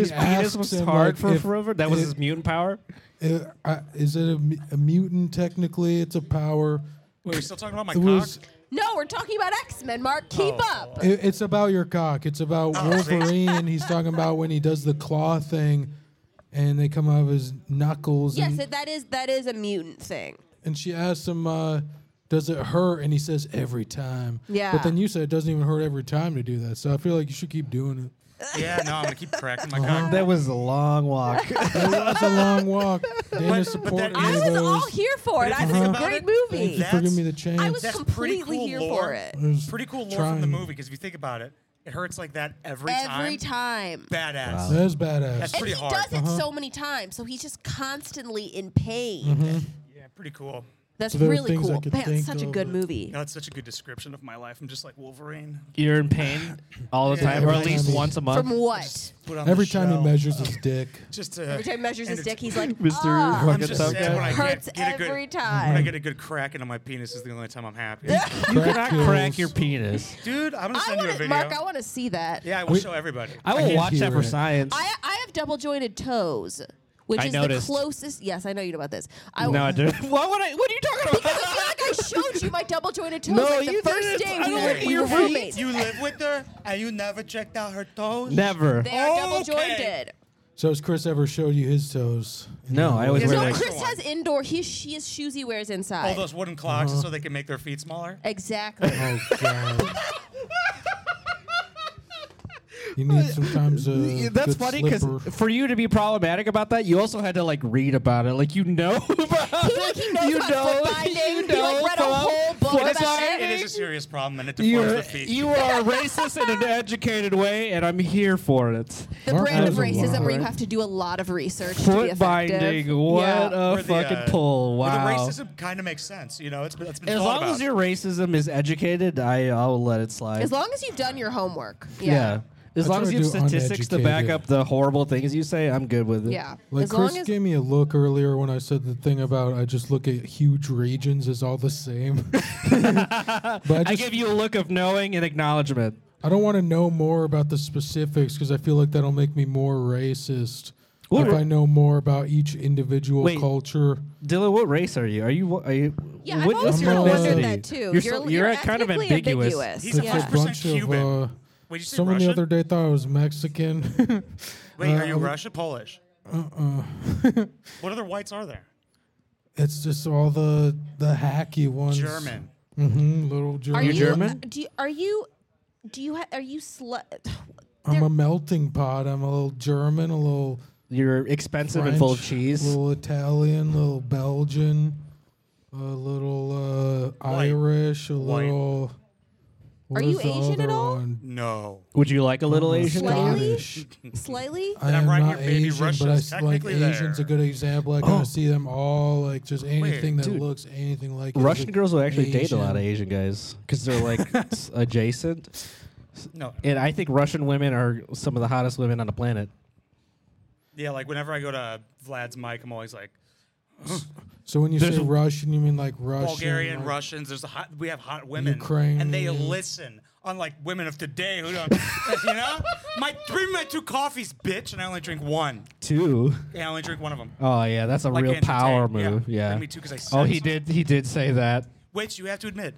[SPEAKER 2] His penis
[SPEAKER 3] asks
[SPEAKER 2] was
[SPEAKER 3] him,
[SPEAKER 2] hard
[SPEAKER 3] like,
[SPEAKER 2] for
[SPEAKER 3] if-
[SPEAKER 2] forever. That was
[SPEAKER 3] if-
[SPEAKER 2] his mutant power.
[SPEAKER 3] Uh, uh, is it a, mu- a mutant? Technically, it's a power.
[SPEAKER 1] Wait, we're still talking about my
[SPEAKER 3] It
[SPEAKER 1] cock.
[SPEAKER 3] was.
[SPEAKER 4] No, we're talking about X Men, Mark. Keep
[SPEAKER 1] Oh.
[SPEAKER 4] up.
[SPEAKER 3] i- it's about your cock. It's about
[SPEAKER 1] Oh, see.
[SPEAKER 3] Wolverine. He's talking about when he does the claw thing, and they come out of his knuckles.
[SPEAKER 4] Yes,
[SPEAKER 3] and,
[SPEAKER 4] it- that is that is a mutant thing.
[SPEAKER 3] and she asks him, uh, "Does it hurt?" And he says, "Every time."
[SPEAKER 4] Yeah.
[SPEAKER 3] But then you said it doesn't even hurt every time to do that. So I feel like you should keep doing it.
[SPEAKER 1] yeah, no, I'm gonna keep cracking
[SPEAKER 3] Oh,
[SPEAKER 1] my cock.
[SPEAKER 2] That was a long walk.
[SPEAKER 3] It was a long walk. Dana
[SPEAKER 1] But- but that
[SPEAKER 3] supported
[SPEAKER 1] is-
[SPEAKER 4] I
[SPEAKER 3] me
[SPEAKER 1] Any
[SPEAKER 4] was
[SPEAKER 1] of
[SPEAKER 4] all
[SPEAKER 3] those.
[SPEAKER 4] here for it.
[SPEAKER 1] if
[SPEAKER 4] I
[SPEAKER 1] you
[SPEAKER 4] think
[SPEAKER 1] think
[SPEAKER 4] it's a
[SPEAKER 1] about
[SPEAKER 4] great
[SPEAKER 1] it,
[SPEAKER 3] Thank
[SPEAKER 4] movie.
[SPEAKER 3] you for giving
[SPEAKER 1] That's-
[SPEAKER 3] me the chance.
[SPEAKER 4] I was
[SPEAKER 1] That's pretty
[SPEAKER 4] completely
[SPEAKER 1] cool
[SPEAKER 4] here
[SPEAKER 1] lore.
[SPEAKER 4] for it.
[SPEAKER 3] was
[SPEAKER 1] Pretty cool lore from the
[SPEAKER 3] trying.
[SPEAKER 1] movie because if you think about it, it hurts like that every,
[SPEAKER 4] Every time.
[SPEAKER 1] Badass.
[SPEAKER 3] That is badass.
[SPEAKER 1] That's
[SPEAKER 4] And
[SPEAKER 1] pretty
[SPEAKER 4] he
[SPEAKER 1] hard. Uh-huh.
[SPEAKER 4] does it so many times, so he's just constantly in pain.
[SPEAKER 1] Mm-hmm. Yeah, pretty cool.
[SPEAKER 4] That's
[SPEAKER 3] So there are
[SPEAKER 4] really
[SPEAKER 3] things I
[SPEAKER 4] cool.
[SPEAKER 3] could
[SPEAKER 4] Man,
[SPEAKER 3] think
[SPEAKER 4] it's such a
[SPEAKER 3] of
[SPEAKER 4] good
[SPEAKER 3] that-
[SPEAKER 4] movie.
[SPEAKER 1] You know, that's such a good description of my life. I'm just like Wolverine.
[SPEAKER 2] You're in pain all the
[SPEAKER 1] Yeah,
[SPEAKER 2] time, or at
[SPEAKER 3] every
[SPEAKER 2] least
[SPEAKER 3] time.
[SPEAKER 2] once a month.
[SPEAKER 4] From what?
[SPEAKER 1] Put on
[SPEAKER 3] Every
[SPEAKER 1] the
[SPEAKER 3] time
[SPEAKER 1] show.
[SPEAKER 3] he measures his dick,
[SPEAKER 1] just to,
[SPEAKER 4] Every time he measures
[SPEAKER 1] and
[SPEAKER 4] his
[SPEAKER 1] it's-
[SPEAKER 4] dick, he's like,
[SPEAKER 2] Mr.
[SPEAKER 4] "Ah,
[SPEAKER 1] I'm
[SPEAKER 2] Rugged
[SPEAKER 1] just
[SPEAKER 2] Thug
[SPEAKER 1] sad when I
[SPEAKER 2] Guy.
[SPEAKER 1] get-
[SPEAKER 4] hurts
[SPEAKER 1] get a good-
[SPEAKER 4] every
[SPEAKER 1] When I
[SPEAKER 4] time."
[SPEAKER 1] get a good crack into my penis is the only time I'm happy.
[SPEAKER 2] You
[SPEAKER 3] Crack
[SPEAKER 2] cannot
[SPEAKER 3] pills.
[SPEAKER 2] crack your penis.
[SPEAKER 1] Dude, I'm gonna
[SPEAKER 4] I
[SPEAKER 1] send you a
[SPEAKER 4] want to,
[SPEAKER 1] video.
[SPEAKER 4] Mark. I want to see that.
[SPEAKER 1] yeah, I will
[SPEAKER 3] We-
[SPEAKER 1] show everybody.
[SPEAKER 2] I
[SPEAKER 3] I
[SPEAKER 2] will
[SPEAKER 3] can't
[SPEAKER 2] watch that
[SPEAKER 3] hear
[SPEAKER 2] for
[SPEAKER 3] it.
[SPEAKER 2] science.
[SPEAKER 4] I I have double jointed toes, which
[SPEAKER 2] I
[SPEAKER 4] is
[SPEAKER 2] noticed.
[SPEAKER 4] the closest. Yes, I know you know about this. I,
[SPEAKER 2] no, I do. Why would I? What are you talking
[SPEAKER 4] Because
[SPEAKER 2] about?
[SPEAKER 4] I feel like I showed you my double jointed toes
[SPEAKER 2] No,
[SPEAKER 4] like the
[SPEAKER 2] you
[SPEAKER 4] first
[SPEAKER 2] didn't.
[SPEAKER 4] day
[SPEAKER 2] I
[SPEAKER 4] we
[SPEAKER 2] don't
[SPEAKER 4] were,
[SPEAKER 2] look at
[SPEAKER 4] we
[SPEAKER 2] your
[SPEAKER 4] were
[SPEAKER 2] feet.
[SPEAKER 4] roommates.
[SPEAKER 1] You live with her and you never checked out her toes?
[SPEAKER 2] Never.
[SPEAKER 4] They are double
[SPEAKER 1] Okay.
[SPEAKER 4] jointed.
[SPEAKER 3] so has Chris ever showed you his toes?
[SPEAKER 2] No, I always
[SPEAKER 1] Yes,
[SPEAKER 2] wear
[SPEAKER 1] no,
[SPEAKER 4] No,
[SPEAKER 1] Next
[SPEAKER 2] that.
[SPEAKER 4] Chris
[SPEAKER 1] one.
[SPEAKER 4] has indoor. He she has shoes he wears inside.
[SPEAKER 1] All those wooden clogs
[SPEAKER 2] Uh-huh.
[SPEAKER 1] so they can make their feet smaller?
[SPEAKER 4] Exactly.
[SPEAKER 3] Oh god. you need sometimes a
[SPEAKER 2] That's
[SPEAKER 3] good
[SPEAKER 2] funny because
[SPEAKER 3] slipper.
[SPEAKER 2] for you to be problematic about that, you also had to like read about it. Like you know about
[SPEAKER 4] He, like,
[SPEAKER 2] it.
[SPEAKER 4] he knows
[SPEAKER 2] you
[SPEAKER 4] about
[SPEAKER 2] know,
[SPEAKER 4] foot binding.
[SPEAKER 2] You know
[SPEAKER 4] He, like, read a
[SPEAKER 2] about
[SPEAKER 4] whole book
[SPEAKER 2] foot
[SPEAKER 4] about
[SPEAKER 1] It
[SPEAKER 4] it.
[SPEAKER 1] is a
[SPEAKER 2] binding.
[SPEAKER 1] serious problem and it deflects
[SPEAKER 2] You're,
[SPEAKER 1] the feet.
[SPEAKER 2] you are a racist in an educated way, and I'm here for it.
[SPEAKER 4] the
[SPEAKER 3] Mark
[SPEAKER 4] brand of
[SPEAKER 3] knows a
[SPEAKER 4] racism
[SPEAKER 3] lot.
[SPEAKER 4] where you have to do a lot of research to be
[SPEAKER 2] Foot
[SPEAKER 4] effective.
[SPEAKER 2] binding, what
[SPEAKER 4] Yeah.
[SPEAKER 2] a
[SPEAKER 1] Where the,
[SPEAKER 2] fucking
[SPEAKER 1] uh,
[SPEAKER 2] pull!
[SPEAKER 1] where
[SPEAKER 2] Wow.
[SPEAKER 1] The racism kind of makes sense. You know, it's been, it's been
[SPEAKER 2] as
[SPEAKER 1] thought
[SPEAKER 2] long
[SPEAKER 1] about.
[SPEAKER 2] as your racism is educated, I I'll let it slide.
[SPEAKER 4] As long as you've done your homework.
[SPEAKER 2] yeah.
[SPEAKER 4] Yeah.
[SPEAKER 2] As
[SPEAKER 3] I
[SPEAKER 2] long
[SPEAKER 3] try
[SPEAKER 2] as
[SPEAKER 3] to
[SPEAKER 2] you have
[SPEAKER 3] do
[SPEAKER 2] statistics to back
[SPEAKER 3] uneducated.
[SPEAKER 2] up the horrible things you say, I'm good with it.
[SPEAKER 4] Yeah.
[SPEAKER 3] like
[SPEAKER 4] as
[SPEAKER 3] Chris
[SPEAKER 4] long as
[SPEAKER 3] gave me a look earlier when I said the thing about I just look at huge regions as all the same. but I,
[SPEAKER 2] I
[SPEAKER 3] just, I,
[SPEAKER 2] give you a look of knowing and acknowledgement.
[SPEAKER 3] don't want to know more about the specifics because I feel like that'll make me more racist.
[SPEAKER 2] What
[SPEAKER 3] if
[SPEAKER 2] ra-
[SPEAKER 3] I know more about each individual
[SPEAKER 2] Wait.
[SPEAKER 3] culture,
[SPEAKER 2] Dylan, what race are you? Are you? wha- Are you
[SPEAKER 4] yeah, I've
[SPEAKER 2] what-
[SPEAKER 4] always
[SPEAKER 3] your
[SPEAKER 4] kind of wondered
[SPEAKER 3] ethnicity?
[SPEAKER 4] that too.
[SPEAKER 2] You're,
[SPEAKER 4] You're,
[SPEAKER 2] so-
[SPEAKER 4] you're,
[SPEAKER 2] you're kind of
[SPEAKER 4] ethnically
[SPEAKER 2] ambiguous.
[SPEAKER 1] He's a
[SPEAKER 4] yeah.
[SPEAKER 3] it's a
[SPEAKER 1] first- 100%
[SPEAKER 3] bunch of.
[SPEAKER 1] Cuban.
[SPEAKER 3] Uh,
[SPEAKER 1] Wait, you say
[SPEAKER 3] someone
[SPEAKER 1] Russian?
[SPEAKER 3] the other day thought I was Mexican.
[SPEAKER 1] Wait, are you
[SPEAKER 2] Uh-huh.
[SPEAKER 1] Russia Polish? Uh-uh. what other whites are there?
[SPEAKER 3] it's just all the the hacky ones.
[SPEAKER 1] German.
[SPEAKER 3] hmm little German.
[SPEAKER 4] Are you
[SPEAKER 2] German?
[SPEAKER 4] Do you, are you do you ha- are you sl-
[SPEAKER 3] I'm a melting pot. I'm a little German, a little
[SPEAKER 2] You're expensive
[SPEAKER 3] French,
[SPEAKER 2] and full of cheese.
[SPEAKER 3] little Italian, little Belgian, a little uh,
[SPEAKER 1] White.
[SPEAKER 3] Irish, a
[SPEAKER 1] White.
[SPEAKER 3] little. what
[SPEAKER 4] Are you
[SPEAKER 3] is the
[SPEAKER 4] Asian
[SPEAKER 3] other
[SPEAKER 4] at all?
[SPEAKER 3] one?
[SPEAKER 1] No.
[SPEAKER 2] Would you like a little Asian?
[SPEAKER 4] Slightly?
[SPEAKER 2] guy?
[SPEAKER 3] Scottish.
[SPEAKER 4] slightly?
[SPEAKER 3] I
[SPEAKER 1] Then I'm
[SPEAKER 3] am
[SPEAKER 1] right
[SPEAKER 3] not
[SPEAKER 1] here, baby.
[SPEAKER 3] Asian, but I
[SPEAKER 1] Russia's
[SPEAKER 3] s- like
[SPEAKER 1] technically
[SPEAKER 3] Asian's a
[SPEAKER 1] there. Oh.
[SPEAKER 3] good example. I kind of see them all like just anything that
[SPEAKER 2] dude.
[SPEAKER 3] looks anything like it is
[SPEAKER 2] Russian
[SPEAKER 3] a-
[SPEAKER 2] girls will actually date a lot of Asian
[SPEAKER 3] Asian.
[SPEAKER 2] guys because they're like s- adjacent.
[SPEAKER 1] No.
[SPEAKER 2] And I think Russian women are some of the hottest women on the planet.
[SPEAKER 1] Yeah, like whenever I go to Vlad's mic, I'm always like
[SPEAKER 3] So when you
[SPEAKER 2] There's
[SPEAKER 3] say
[SPEAKER 2] a-
[SPEAKER 3] Russian, you mean like Russian,
[SPEAKER 1] Bulgarian,
[SPEAKER 3] like-
[SPEAKER 1] Russians. There's a hot. We have hot women, and they
[SPEAKER 3] Ukrainian.
[SPEAKER 1] listen. Unlike women of today, who don't, you know, my bring me my two coffees, bitch, and I only drink one.
[SPEAKER 2] Two.
[SPEAKER 1] Yeah, I only drink one of them.
[SPEAKER 2] Oh yeah, that's a
[SPEAKER 1] Like
[SPEAKER 2] real
[SPEAKER 1] Andrew
[SPEAKER 2] power
[SPEAKER 1] Tate. Yeah.
[SPEAKER 2] move. Yeah.
[SPEAKER 1] And me too, 'cause I
[SPEAKER 2] oh,
[SPEAKER 1] said
[SPEAKER 2] he
[SPEAKER 1] so.
[SPEAKER 2] did. He did say that.
[SPEAKER 1] Which you have to admit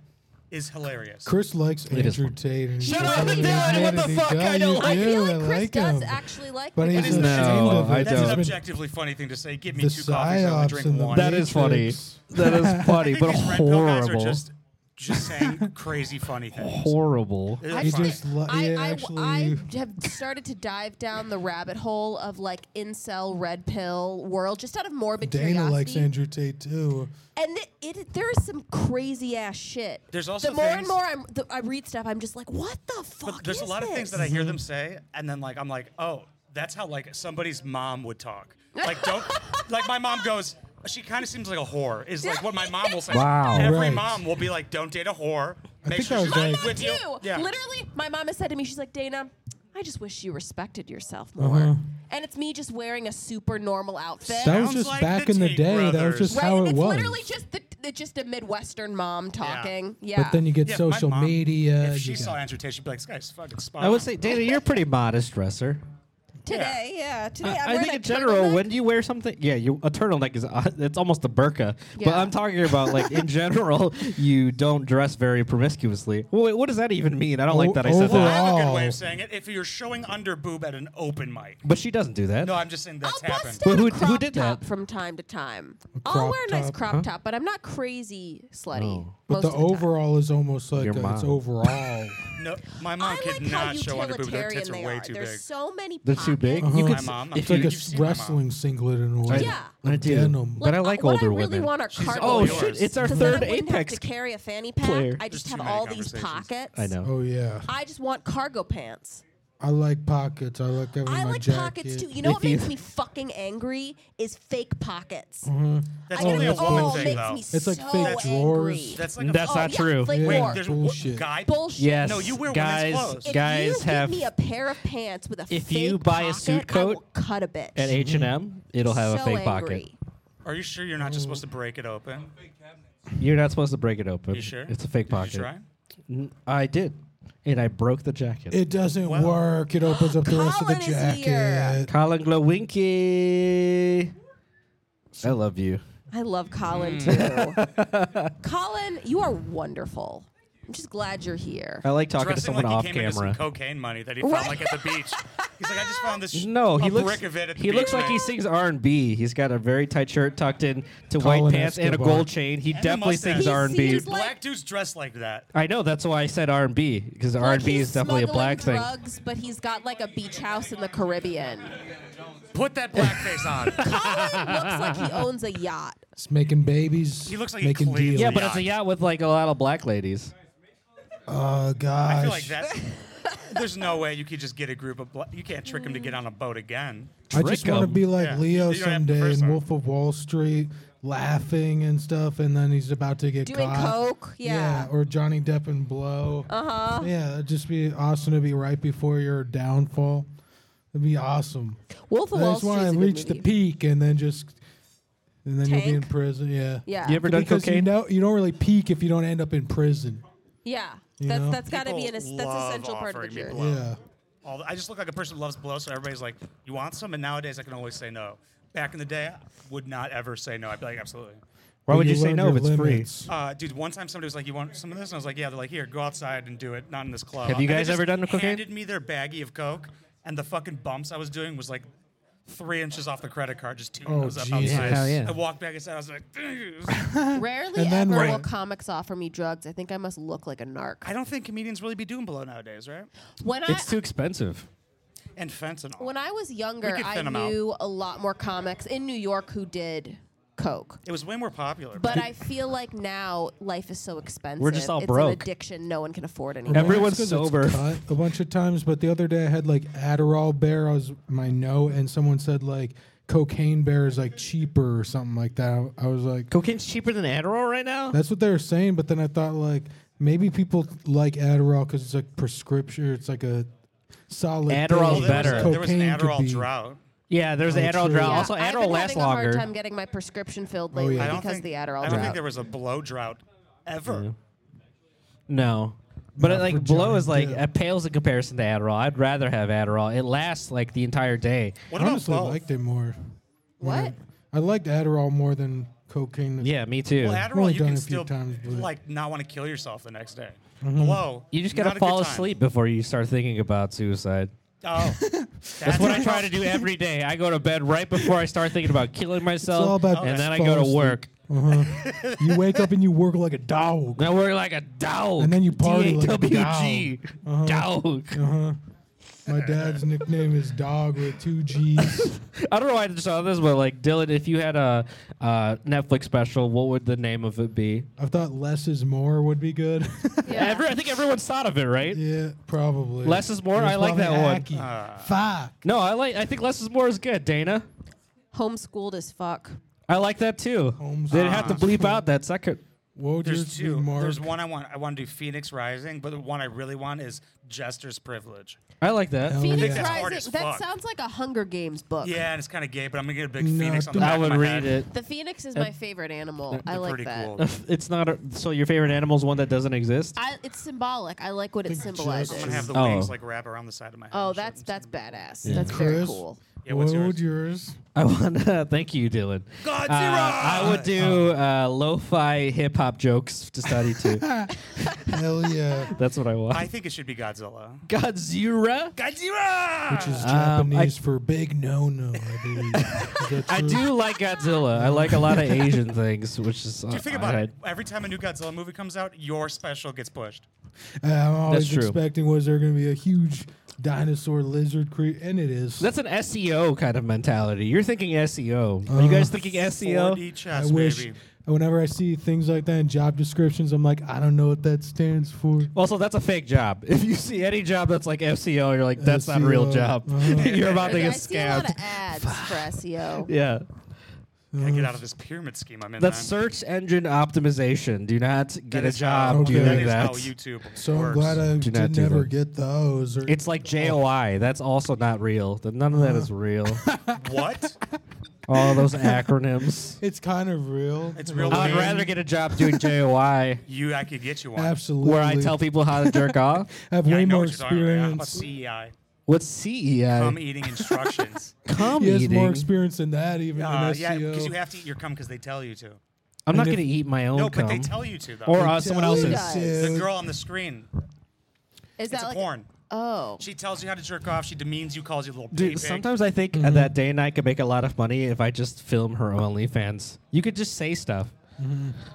[SPEAKER 1] is hilarious.
[SPEAKER 3] Chris likes
[SPEAKER 2] It is
[SPEAKER 3] Andrew
[SPEAKER 2] fun.
[SPEAKER 3] Tate. And
[SPEAKER 2] Shut
[SPEAKER 3] he's
[SPEAKER 2] up,
[SPEAKER 3] like,
[SPEAKER 2] Dylan,
[SPEAKER 3] "Yeah,
[SPEAKER 2] what the
[SPEAKER 3] Kennedy,
[SPEAKER 2] fuck?
[SPEAKER 3] yeah,
[SPEAKER 2] I don't
[SPEAKER 3] you
[SPEAKER 2] like-
[SPEAKER 4] I
[SPEAKER 3] do,
[SPEAKER 4] feel
[SPEAKER 3] I
[SPEAKER 4] like Chris
[SPEAKER 3] like
[SPEAKER 4] does
[SPEAKER 3] him.
[SPEAKER 4] actually like
[SPEAKER 3] But
[SPEAKER 4] me.
[SPEAKER 3] he's
[SPEAKER 1] is
[SPEAKER 3] ashamed
[SPEAKER 1] that?
[SPEAKER 3] of
[SPEAKER 2] No,
[SPEAKER 3] it.
[SPEAKER 2] I
[SPEAKER 1] That's
[SPEAKER 2] don't.
[SPEAKER 1] an
[SPEAKER 2] Been-
[SPEAKER 1] objectively funny thing to say. Give me
[SPEAKER 3] The
[SPEAKER 1] two coffees, I only
[SPEAKER 3] psyops
[SPEAKER 1] drink
[SPEAKER 3] and the
[SPEAKER 1] one.
[SPEAKER 2] That is funny.
[SPEAKER 3] Matrix.
[SPEAKER 2] That is
[SPEAKER 1] I
[SPEAKER 2] funny,
[SPEAKER 1] think
[SPEAKER 2] but
[SPEAKER 1] these red pill guys are
[SPEAKER 2] horrible.
[SPEAKER 1] just just saying crazy funny things.
[SPEAKER 2] horrible.
[SPEAKER 1] It is
[SPEAKER 4] I,
[SPEAKER 1] funny.
[SPEAKER 4] just
[SPEAKER 3] just lo-
[SPEAKER 4] I,
[SPEAKER 3] yeah,
[SPEAKER 4] I-
[SPEAKER 3] actually-
[SPEAKER 4] I have started to dive down the rabbit hole of like incel red pill world just out of morbid
[SPEAKER 3] Dana
[SPEAKER 4] curiosity.
[SPEAKER 3] likes Andrew Tate too.
[SPEAKER 4] and it, it there is some crazy ass shit.
[SPEAKER 1] There's also
[SPEAKER 4] the more and
[SPEAKER 1] things-
[SPEAKER 4] more I'm, the, I read stuff, I'm just like, what the fuck?
[SPEAKER 1] But there's a
[SPEAKER 4] is
[SPEAKER 1] lot of things
[SPEAKER 4] this?
[SPEAKER 1] that I hear them say, and then like I'm like, oh, that's how like somebody's mom would talk. Like don't like my mom goes. She kind of seems like a whore. Is like what my mom will say.
[SPEAKER 2] Wow.
[SPEAKER 1] Every
[SPEAKER 3] Right.
[SPEAKER 1] mom will be like, don't date a whore. Make
[SPEAKER 3] think
[SPEAKER 1] sure
[SPEAKER 3] I
[SPEAKER 1] she's
[SPEAKER 3] was
[SPEAKER 1] not
[SPEAKER 3] like-
[SPEAKER 1] with you.
[SPEAKER 4] too.
[SPEAKER 1] Yeah.
[SPEAKER 4] Literally, my mom has said to me, she's like, Dana, I just wish you respected yourself more. And it's me just wearing a super normal outfit.
[SPEAKER 3] That was
[SPEAKER 1] Sounds
[SPEAKER 3] just
[SPEAKER 1] like
[SPEAKER 3] back
[SPEAKER 1] the
[SPEAKER 3] in the
[SPEAKER 1] Tate
[SPEAKER 3] day. That was
[SPEAKER 1] brothers.
[SPEAKER 3] just
[SPEAKER 4] right?
[SPEAKER 3] how
[SPEAKER 4] and
[SPEAKER 3] it
[SPEAKER 4] it's
[SPEAKER 3] was.
[SPEAKER 4] literally just the, the just a Midwestern mom talking. Yeah.
[SPEAKER 3] But then you get
[SPEAKER 1] Yeah, my
[SPEAKER 3] social
[SPEAKER 1] mom,
[SPEAKER 3] media.
[SPEAKER 1] If she
[SPEAKER 3] you
[SPEAKER 1] saw
[SPEAKER 3] got-
[SPEAKER 1] Andrew Tate, she'd be like, this guy's fucking spot
[SPEAKER 2] I would
[SPEAKER 1] on."
[SPEAKER 2] say, Dana, you're a pretty modest dresser.
[SPEAKER 4] today, yeah, today I'm
[SPEAKER 2] I
[SPEAKER 4] wearing
[SPEAKER 2] think
[SPEAKER 4] a
[SPEAKER 2] in general,
[SPEAKER 4] turtleneck.
[SPEAKER 2] when you wear something, yeah, you a turtleneck is uh, it's almost a burqa. But
[SPEAKER 4] Yeah.
[SPEAKER 2] I'm talking about like in general, you don't dress very promiscuously. Well, wait, what does that even mean? I don't
[SPEAKER 3] O-
[SPEAKER 2] like that I said
[SPEAKER 1] I
[SPEAKER 2] that.
[SPEAKER 3] overall-
[SPEAKER 1] have a good way
[SPEAKER 3] Oh.
[SPEAKER 1] of saying it. If you're showing under boob at an open mic.
[SPEAKER 2] But she doesn't do that.
[SPEAKER 1] No, I'm just saying that's
[SPEAKER 4] I'll
[SPEAKER 1] happened.
[SPEAKER 4] bust out
[SPEAKER 2] But who-
[SPEAKER 4] a
[SPEAKER 2] who
[SPEAKER 4] crop
[SPEAKER 2] did that?
[SPEAKER 4] top from time to time. I'll
[SPEAKER 3] crop
[SPEAKER 4] wear a nice
[SPEAKER 3] top,
[SPEAKER 4] crop top, but I'm not crazy slutty.
[SPEAKER 2] Oh.
[SPEAKER 3] But
[SPEAKER 4] most
[SPEAKER 3] the
[SPEAKER 4] of time.
[SPEAKER 3] overall is almost like
[SPEAKER 2] Your
[SPEAKER 3] a, it's
[SPEAKER 2] mom.
[SPEAKER 3] overall.
[SPEAKER 1] No, my
[SPEAKER 4] I
[SPEAKER 1] mom
[SPEAKER 4] like
[SPEAKER 1] could
[SPEAKER 4] how
[SPEAKER 1] not show under boob. Their
[SPEAKER 4] utilitarian
[SPEAKER 1] tits are
[SPEAKER 4] they
[SPEAKER 1] way
[SPEAKER 4] are.
[SPEAKER 1] too
[SPEAKER 4] There's
[SPEAKER 1] big.
[SPEAKER 4] so many.
[SPEAKER 2] They're too big.
[SPEAKER 4] pockets.
[SPEAKER 2] You
[SPEAKER 3] Uh-huh.
[SPEAKER 2] could
[SPEAKER 3] My
[SPEAKER 2] s-
[SPEAKER 1] mom, I'm
[SPEAKER 2] if
[SPEAKER 1] telling
[SPEAKER 2] you
[SPEAKER 1] you,
[SPEAKER 3] like a
[SPEAKER 1] You've
[SPEAKER 3] s-
[SPEAKER 1] seen my mom.
[SPEAKER 3] wrestling singlet in a way.
[SPEAKER 4] Yeah.
[SPEAKER 2] I
[SPEAKER 3] With
[SPEAKER 2] do.
[SPEAKER 3] denim.
[SPEAKER 2] But I
[SPEAKER 4] uh,
[SPEAKER 2] like
[SPEAKER 4] what
[SPEAKER 2] older
[SPEAKER 4] I really
[SPEAKER 2] women.
[SPEAKER 4] want are cargo
[SPEAKER 1] all
[SPEAKER 2] oh
[SPEAKER 1] yours.
[SPEAKER 2] shit! It's our
[SPEAKER 4] because
[SPEAKER 2] third
[SPEAKER 4] then I wouldn't
[SPEAKER 2] apex.
[SPEAKER 4] Have to carry a fanny pack.
[SPEAKER 2] player.
[SPEAKER 4] I just
[SPEAKER 1] There's
[SPEAKER 4] have
[SPEAKER 1] too
[SPEAKER 4] all
[SPEAKER 1] many
[SPEAKER 4] these
[SPEAKER 1] conversations.
[SPEAKER 4] pockets.
[SPEAKER 2] I know.
[SPEAKER 3] Oh yeah.
[SPEAKER 4] I just want cargo pants.
[SPEAKER 3] I like pockets. I like having my
[SPEAKER 4] I like
[SPEAKER 3] jacket.
[SPEAKER 4] pockets too. You know
[SPEAKER 2] If
[SPEAKER 4] what
[SPEAKER 2] you- Mm-hmm. Oh,
[SPEAKER 4] makes me fucking angry is fake pockets.
[SPEAKER 1] That's
[SPEAKER 4] I
[SPEAKER 1] only a
[SPEAKER 4] just-
[SPEAKER 3] that's
[SPEAKER 1] woman
[SPEAKER 4] oh,
[SPEAKER 1] thing,
[SPEAKER 4] makes
[SPEAKER 1] though.
[SPEAKER 4] me
[SPEAKER 3] It's like
[SPEAKER 4] so
[SPEAKER 3] fake drawers.
[SPEAKER 4] angry.
[SPEAKER 1] That's like a
[SPEAKER 2] That's
[SPEAKER 4] oh,
[SPEAKER 2] not
[SPEAKER 4] yeah,
[SPEAKER 2] true.
[SPEAKER 4] Fake
[SPEAKER 1] Wait,
[SPEAKER 4] war.
[SPEAKER 1] there's
[SPEAKER 3] Bullshit.
[SPEAKER 1] guy.
[SPEAKER 4] bullshit.
[SPEAKER 2] Yes.
[SPEAKER 1] No, you wear
[SPEAKER 2] guys,
[SPEAKER 1] women's clothes.
[SPEAKER 4] If
[SPEAKER 2] guys
[SPEAKER 4] you
[SPEAKER 2] have
[SPEAKER 4] give me a pair of pants with a
[SPEAKER 2] If
[SPEAKER 4] fake
[SPEAKER 2] you buy a
[SPEAKER 4] pocket,
[SPEAKER 2] suit
[SPEAKER 4] I will
[SPEAKER 2] coat
[SPEAKER 4] cut a bitch.
[SPEAKER 2] at H and M, it'll have
[SPEAKER 4] so
[SPEAKER 2] a fake
[SPEAKER 4] angry.
[SPEAKER 2] pocket.
[SPEAKER 1] Are you sure you're not just supposed to break it open?
[SPEAKER 2] You're not supposed to break it open.
[SPEAKER 1] You sure?
[SPEAKER 2] It's a fake
[SPEAKER 1] Did
[SPEAKER 2] pocket.
[SPEAKER 1] you try?
[SPEAKER 2] N- I did, and I broke the jacket.
[SPEAKER 3] It doesn't
[SPEAKER 1] Wow.
[SPEAKER 3] work. It opens up the rest of the
[SPEAKER 4] Colin is here.
[SPEAKER 3] jacket.
[SPEAKER 2] Colin Glowinky. I love you.
[SPEAKER 4] I love Colin too. Mm. Colin, you are wonderful. I'm just glad you're here.
[SPEAKER 2] I like talking to
[SPEAKER 1] Dressing
[SPEAKER 2] someone
[SPEAKER 1] like
[SPEAKER 2] off
[SPEAKER 1] he came into some
[SPEAKER 2] camera.
[SPEAKER 1] cocaine money that he found like at the beach. He's like, I just found this.
[SPEAKER 2] No, he
[SPEAKER 1] a
[SPEAKER 2] looks.
[SPEAKER 1] brick of it at the
[SPEAKER 2] he
[SPEAKER 1] beach,
[SPEAKER 2] looks like
[SPEAKER 1] mate."
[SPEAKER 2] he sings R and B. He's got a very tight shirt tucked in to white
[SPEAKER 3] Colin
[SPEAKER 2] pants and a
[SPEAKER 3] Escobar.
[SPEAKER 2] gold chain. He
[SPEAKER 1] a
[SPEAKER 2] definitely sings
[SPEAKER 1] mustache.
[SPEAKER 2] R and B.
[SPEAKER 4] He's like-
[SPEAKER 1] Black dudes dress like that.
[SPEAKER 2] I know that's why I said R and B because R
[SPEAKER 4] Like,
[SPEAKER 2] and B
[SPEAKER 4] he's
[SPEAKER 2] is definitely a
[SPEAKER 4] smuggling
[SPEAKER 2] black thing.
[SPEAKER 4] drugs, but he's got like a beach house in the Caribbean.
[SPEAKER 1] Put that blackface on.
[SPEAKER 4] Colin looks like Oh, he owns a yacht.
[SPEAKER 3] It's making babies.
[SPEAKER 1] He looks like he
[SPEAKER 3] making
[SPEAKER 1] cleans.
[SPEAKER 3] deals.
[SPEAKER 2] Yeah,
[SPEAKER 1] Yeah,
[SPEAKER 2] but it's a yacht with like a lot of black ladies.
[SPEAKER 3] Oh gosh.
[SPEAKER 1] I feel like that. There's no way you could just get a group of. Bla- you can't trick him to get on a boat again.
[SPEAKER 3] I just
[SPEAKER 2] Trick
[SPEAKER 3] want to
[SPEAKER 2] 'em.
[SPEAKER 3] be like
[SPEAKER 1] Yeah.
[SPEAKER 3] Leo
[SPEAKER 1] You don't have the
[SPEAKER 3] someday
[SPEAKER 1] first
[SPEAKER 3] in
[SPEAKER 1] one.
[SPEAKER 3] Wolf of Wall Street, laughing and stuff, and then he's about to get
[SPEAKER 4] Doing
[SPEAKER 3] caught.
[SPEAKER 4] coke, yeah. Uh-huh.
[SPEAKER 3] Or Johnny Depp and Blow. Uh huh. Yeah, that'd just be awesome to be right before your downfall. It'd be awesome.
[SPEAKER 4] Wolf of
[SPEAKER 3] I
[SPEAKER 4] Wall
[SPEAKER 3] just
[SPEAKER 4] Street
[SPEAKER 3] want
[SPEAKER 4] is
[SPEAKER 3] to
[SPEAKER 4] a
[SPEAKER 3] reach
[SPEAKER 4] good
[SPEAKER 3] the
[SPEAKER 4] movie.
[SPEAKER 3] peak and then just, and then you'll be in
[SPEAKER 4] Tank?
[SPEAKER 3] prison. Yeah.
[SPEAKER 4] Yeah.
[SPEAKER 2] You ever done
[SPEAKER 3] because
[SPEAKER 2] cocaine?
[SPEAKER 3] you know you don't really peak if you don't end up in prison.
[SPEAKER 4] yeah.
[SPEAKER 3] You
[SPEAKER 4] That's
[SPEAKER 3] know?
[SPEAKER 4] that's got to be an
[SPEAKER 1] People
[SPEAKER 4] es-
[SPEAKER 1] love
[SPEAKER 4] that's essential part of the
[SPEAKER 1] offering me
[SPEAKER 4] journey.
[SPEAKER 1] blow.
[SPEAKER 3] Yeah.
[SPEAKER 1] All I just look like a person who loves blow, so everybody's like, "You want some?" And nowadays, I can always say no. Back in the day, I would not ever say no. I'd be like, "Absolutely."
[SPEAKER 2] Why
[SPEAKER 3] But
[SPEAKER 2] would you, say
[SPEAKER 3] learn
[SPEAKER 2] no if
[SPEAKER 3] your
[SPEAKER 2] it's
[SPEAKER 3] limits.
[SPEAKER 1] Uh, dude, one time somebody was like, "You want some of this?" And I was like, "Yeah." They're like, "Here, go outside and do it. Not in this club."
[SPEAKER 2] Have you
[SPEAKER 1] And they
[SPEAKER 2] guys
[SPEAKER 1] just
[SPEAKER 2] ever done cocaine?
[SPEAKER 1] Handed me their baggie of coke, and the fucking bumps I was doing was like three inches off the credit card, just two
[SPEAKER 3] Oh,
[SPEAKER 1] those up
[SPEAKER 3] Jesus.
[SPEAKER 1] outside.
[SPEAKER 2] Hell yeah.
[SPEAKER 1] I walked back inside. I was like,
[SPEAKER 4] Rarely
[SPEAKER 3] And then
[SPEAKER 4] ever
[SPEAKER 3] what?
[SPEAKER 4] will comics offer me drugs. I think I must look like a narc.
[SPEAKER 1] "I don't think comedians really be doing blow nowadays, right?"
[SPEAKER 4] When
[SPEAKER 2] free.
[SPEAKER 4] I
[SPEAKER 2] It's too expensive.
[SPEAKER 1] And fentanyl.
[SPEAKER 4] when I was younger,
[SPEAKER 1] could
[SPEAKER 4] I
[SPEAKER 1] thin 'em out.
[SPEAKER 4] knew a lot more comics in New York who did coke.
[SPEAKER 1] it was way more popular.
[SPEAKER 4] But I feel like now life is so expensive.
[SPEAKER 2] just all
[SPEAKER 4] it's an
[SPEAKER 2] broke.
[SPEAKER 4] addiction no one can afford anymore.
[SPEAKER 2] Every- Everyone's
[SPEAKER 3] That's 'cause
[SPEAKER 2] sober.
[SPEAKER 3] It's cut a bunch of times, but the other day I had like Adderall bear. I was my no, and someone said like cocaine bear is like cheaper or something like that. I was like,
[SPEAKER 2] Cocaine's cheaper than Adderall right now.
[SPEAKER 3] that's what they were saying, but then I thought like maybe people like Adderall because it's like prescription. It's like a solid. thing.
[SPEAKER 2] Adderall's
[SPEAKER 1] there
[SPEAKER 2] better.
[SPEAKER 1] Was a- there was an
[SPEAKER 3] Cocaine could
[SPEAKER 1] Adderall
[SPEAKER 3] be-
[SPEAKER 1] drought.
[SPEAKER 2] yeah, there's the
[SPEAKER 3] Oh,
[SPEAKER 2] Adderall
[SPEAKER 3] true.
[SPEAKER 2] drought.
[SPEAKER 3] Yeah,
[SPEAKER 2] Also,
[SPEAKER 4] I've
[SPEAKER 2] Adderall
[SPEAKER 4] been
[SPEAKER 2] lasts
[SPEAKER 4] having a hard
[SPEAKER 2] longer.
[SPEAKER 4] time getting my prescription filled lately
[SPEAKER 3] yeah.
[SPEAKER 1] Oh, I don't
[SPEAKER 4] because
[SPEAKER 1] think
[SPEAKER 4] the Adderall
[SPEAKER 1] I don't
[SPEAKER 4] drought.
[SPEAKER 1] think there was a blow drought ever.
[SPEAKER 2] No. But
[SPEAKER 3] Not
[SPEAKER 2] it,
[SPEAKER 3] for
[SPEAKER 2] like blow is like
[SPEAKER 3] giant dip.
[SPEAKER 2] it pales in comparison to Adderall. I'd rather have Adderall. It lasts like the entire day.
[SPEAKER 1] What about
[SPEAKER 3] Honestly, I
[SPEAKER 1] both?
[SPEAKER 3] liked it more.
[SPEAKER 4] What?
[SPEAKER 3] I liked Adderall more than cocaine.
[SPEAKER 2] Yeah, me too.
[SPEAKER 1] Well, Adderall,
[SPEAKER 3] Only
[SPEAKER 1] you
[SPEAKER 3] done
[SPEAKER 1] can
[SPEAKER 3] a few
[SPEAKER 1] still
[SPEAKER 3] times, but- Mm-hmm.
[SPEAKER 1] like not want to kill yourself the next day. Blow.
[SPEAKER 2] you just
[SPEAKER 1] not
[SPEAKER 2] gotta
[SPEAKER 1] a good
[SPEAKER 2] fall
[SPEAKER 1] time.
[SPEAKER 2] asleep before you start thinking about suicide.
[SPEAKER 1] Oh, that's,
[SPEAKER 2] That's what I try to do every day. I go to bed right before I start thinking about killing myself,
[SPEAKER 3] all about
[SPEAKER 2] and
[SPEAKER 3] just
[SPEAKER 2] then I
[SPEAKER 3] fall
[SPEAKER 2] go to
[SPEAKER 3] asleep.
[SPEAKER 2] work.
[SPEAKER 3] You wake up and you work like a dog.
[SPEAKER 2] Now we're like a dog.
[SPEAKER 3] And then you party like a Uh-huh.
[SPEAKER 2] D-A-W-G. Dog.
[SPEAKER 3] My dad's nickname is Dog with two G's.
[SPEAKER 2] I don't know why I just saw this, but like Dylan, if you had a uh, Netflix special, what would the name of it be?
[SPEAKER 3] I thought less is more would be good.
[SPEAKER 4] Yeah.
[SPEAKER 2] Every, I think everyone's thought of it, right?
[SPEAKER 3] yeah, probably.
[SPEAKER 2] Less is more?
[SPEAKER 3] It was
[SPEAKER 2] I like
[SPEAKER 3] probably
[SPEAKER 2] that one. Uh,
[SPEAKER 3] hacky. Fuck.
[SPEAKER 2] No, I like. I think less is more is good. Dana,
[SPEAKER 4] Homeschooled as fuck.
[SPEAKER 2] I like that too.
[SPEAKER 3] Holmes
[SPEAKER 2] They'd have
[SPEAKER 1] Ah,
[SPEAKER 2] to bleep out that second.
[SPEAKER 3] What would
[SPEAKER 1] There's
[SPEAKER 3] yours be,
[SPEAKER 1] two.
[SPEAKER 3] Mark?
[SPEAKER 1] There's one I want. I want to do Phoenix Rising, but the one I really want is Jester's Privilege.
[SPEAKER 2] I like that.
[SPEAKER 3] Hell
[SPEAKER 4] Phoenix
[SPEAKER 1] that's hard as
[SPEAKER 4] Rising. That
[SPEAKER 1] fuck.
[SPEAKER 4] sounds like a Hunger Games book.
[SPEAKER 1] Yeah, and it's kind of gay, but I'm gonna get a big
[SPEAKER 3] No,
[SPEAKER 1] Phoenix on the
[SPEAKER 3] don't-
[SPEAKER 2] I
[SPEAKER 1] back of
[SPEAKER 2] would
[SPEAKER 1] my
[SPEAKER 2] read
[SPEAKER 1] head.
[SPEAKER 2] it.
[SPEAKER 4] The phoenix is my favorite animal. I
[SPEAKER 1] They're
[SPEAKER 4] like
[SPEAKER 1] pretty
[SPEAKER 4] that.
[SPEAKER 1] cool.
[SPEAKER 2] It's not a, so your favorite animal is one that doesn't exist.
[SPEAKER 4] I, it's symbolic. I like what it
[SPEAKER 3] Think
[SPEAKER 4] symbolizes.
[SPEAKER 1] I'm gonna have the
[SPEAKER 2] Oh.
[SPEAKER 1] wings like wrap around the side of my head.
[SPEAKER 4] oh,
[SPEAKER 1] and shit.
[SPEAKER 4] that's that's badass.
[SPEAKER 2] Yeah.
[SPEAKER 4] That's very
[SPEAKER 3] Chris?
[SPEAKER 4] cool.
[SPEAKER 1] Yeah,
[SPEAKER 3] what
[SPEAKER 1] what's yours?
[SPEAKER 3] would yours?
[SPEAKER 2] I want to thank you, Dylan.
[SPEAKER 1] Godzilla!
[SPEAKER 2] Uh, I would do uh, lo-fi hip hop jokes to study too.
[SPEAKER 3] Hell yeah.
[SPEAKER 2] That's what I want.
[SPEAKER 1] I think it should be Godzilla.
[SPEAKER 2] Godzilla.
[SPEAKER 1] Godzilla.
[SPEAKER 3] Which is
[SPEAKER 2] Um,
[SPEAKER 3] Japanese for big no no, I believe. Is that
[SPEAKER 2] I
[SPEAKER 3] true? Uh,
[SPEAKER 2] do like Godzilla. I like a lot of Asian things, which is. uh,
[SPEAKER 1] Do you think about it? Every time a new Godzilla movie comes out, your special gets pushed.
[SPEAKER 3] Uh, I'm always
[SPEAKER 2] true.
[SPEAKER 3] expecting was there going to be a huge dinosaur lizard creature, and it is.
[SPEAKER 2] That's an SEO kind of mentality. You're thinking SEO.
[SPEAKER 1] Uh,
[SPEAKER 2] Are you guys thinking E SEO?
[SPEAKER 1] 4D
[SPEAKER 3] I
[SPEAKER 1] chess,
[SPEAKER 3] wish.
[SPEAKER 1] baby.
[SPEAKER 3] Whenever I see things like that in job descriptions, I'm like, I don't know what that stands for.
[SPEAKER 2] Also, that's a fake job. If you see any job that's like SEO, you're like, that's not a real
[SPEAKER 3] SEO.
[SPEAKER 2] job.
[SPEAKER 3] Uh-huh.
[SPEAKER 2] you're about to
[SPEAKER 4] Okay, I
[SPEAKER 2] get
[SPEAKER 4] see a lot
[SPEAKER 2] scammed.
[SPEAKER 4] of ads for E SEO.
[SPEAKER 2] Yeah.
[SPEAKER 1] Gotta get out of this pyramid scheme I'm in.
[SPEAKER 2] Mm. That's
[SPEAKER 1] man.
[SPEAKER 2] search engine optimization. Do not get
[SPEAKER 1] That
[SPEAKER 2] a
[SPEAKER 1] is how-
[SPEAKER 2] job
[SPEAKER 3] okay.
[SPEAKER 2] doing
[SPEAKER 1] That is
[SPEAKER 2] that.
[SPEAKER 1] how YouTube
[SPEAKER 3] So I'm
[SPEAKER 1] works.
[SPEAKER 3] glad I
[SPEAKER 2] Do
[SPEAKER 3] did
[SPEAKER 2] not do
[SPEAKER 3] never
[SPEAKER 2] that.
[SPEAKER 3] get those. Or
[SPEAKER 2] it's like JOI. That's also not real. None of that
[SPEAKER 3] Uh-huh.
[SPEAKER 2] is real.
[SPEAKER 1] What?
[SPEAKER 2] All those acronyms.
[SPEAKER 3] it's kind of real.
[SPEAKER 1] It's real.
[SPEAKER 2] I would
[SPEAKER 1] Man.
[SPEAKER 2] rather get a job doing JOI
[SPEAKER 1] You, I could get you one.
[SPEAKER 3] Absolutely.
[SPEAKER 2] where I tell people how to jerk off.
[SPEAKER 3] I have
[SPEAKER 1] Yeah,
[SPEAKER 3] way
[SPEAKER 1] I know
[SPEAKER 3] more
[SPEAKER 1] what you're talking about. Yeah, How about
[SPEAKER 3] experience.
[SPEAKER 2] E
[SPEAKER 1] CEI?
[SPEAKER 2] What's CEI?
[SPEAKER 1] Cum E eating instructions.
[SPEAKER 2] Cum
[SPEAKER 3] He has
[SPEAKER 2] E eating.
[SPEAKER 3] more experience than that, even
[SPEAKER 1] uh,
[SPEAKER 3] in E SEO.
[SPEAKER 1] yeah,
[SPEAKER 2] E
[SPEAKER 1] because you have to eat your cum because they tell you to.
[SPEAKER 2] I'm not
[SPEAKER 3] And if-
[SPEAKER 2] going to eat my own
[SPEAKER 1] No,
[SPEAKER 2] cum.
[SPEAKER 1] but they tell you to though.
[SPEAKER 2] or uh,
[SPEAKER 3] Tell
[SPEAKER 2] someone
[SPEAKER 3] you
[SPEAKER 2] else's.
[SPEAKER 4] guys.
[SPEAKER 3] to.
[SPEAKER 1] the girl on the screen. It's
[SPEAKER 4] Is that
[SPEAKER 1] a
[SPEAKER 4] like
[SPEAKER 1] porn.
[SPEAKER 4] oh?
[SPEAKER 1] She tells you how to jerk off. She demeans you, calls you a little pee
[SPEAKER 2] Dude,
[SPEAKER 1] pig.
[SPEAKER 2] sometimes I think
[SPEAKER 3] Mm-hmm.
[SPEAKER 2] that Day and I could make a lot of money if I just film her OnlyFans. You could just say stuff.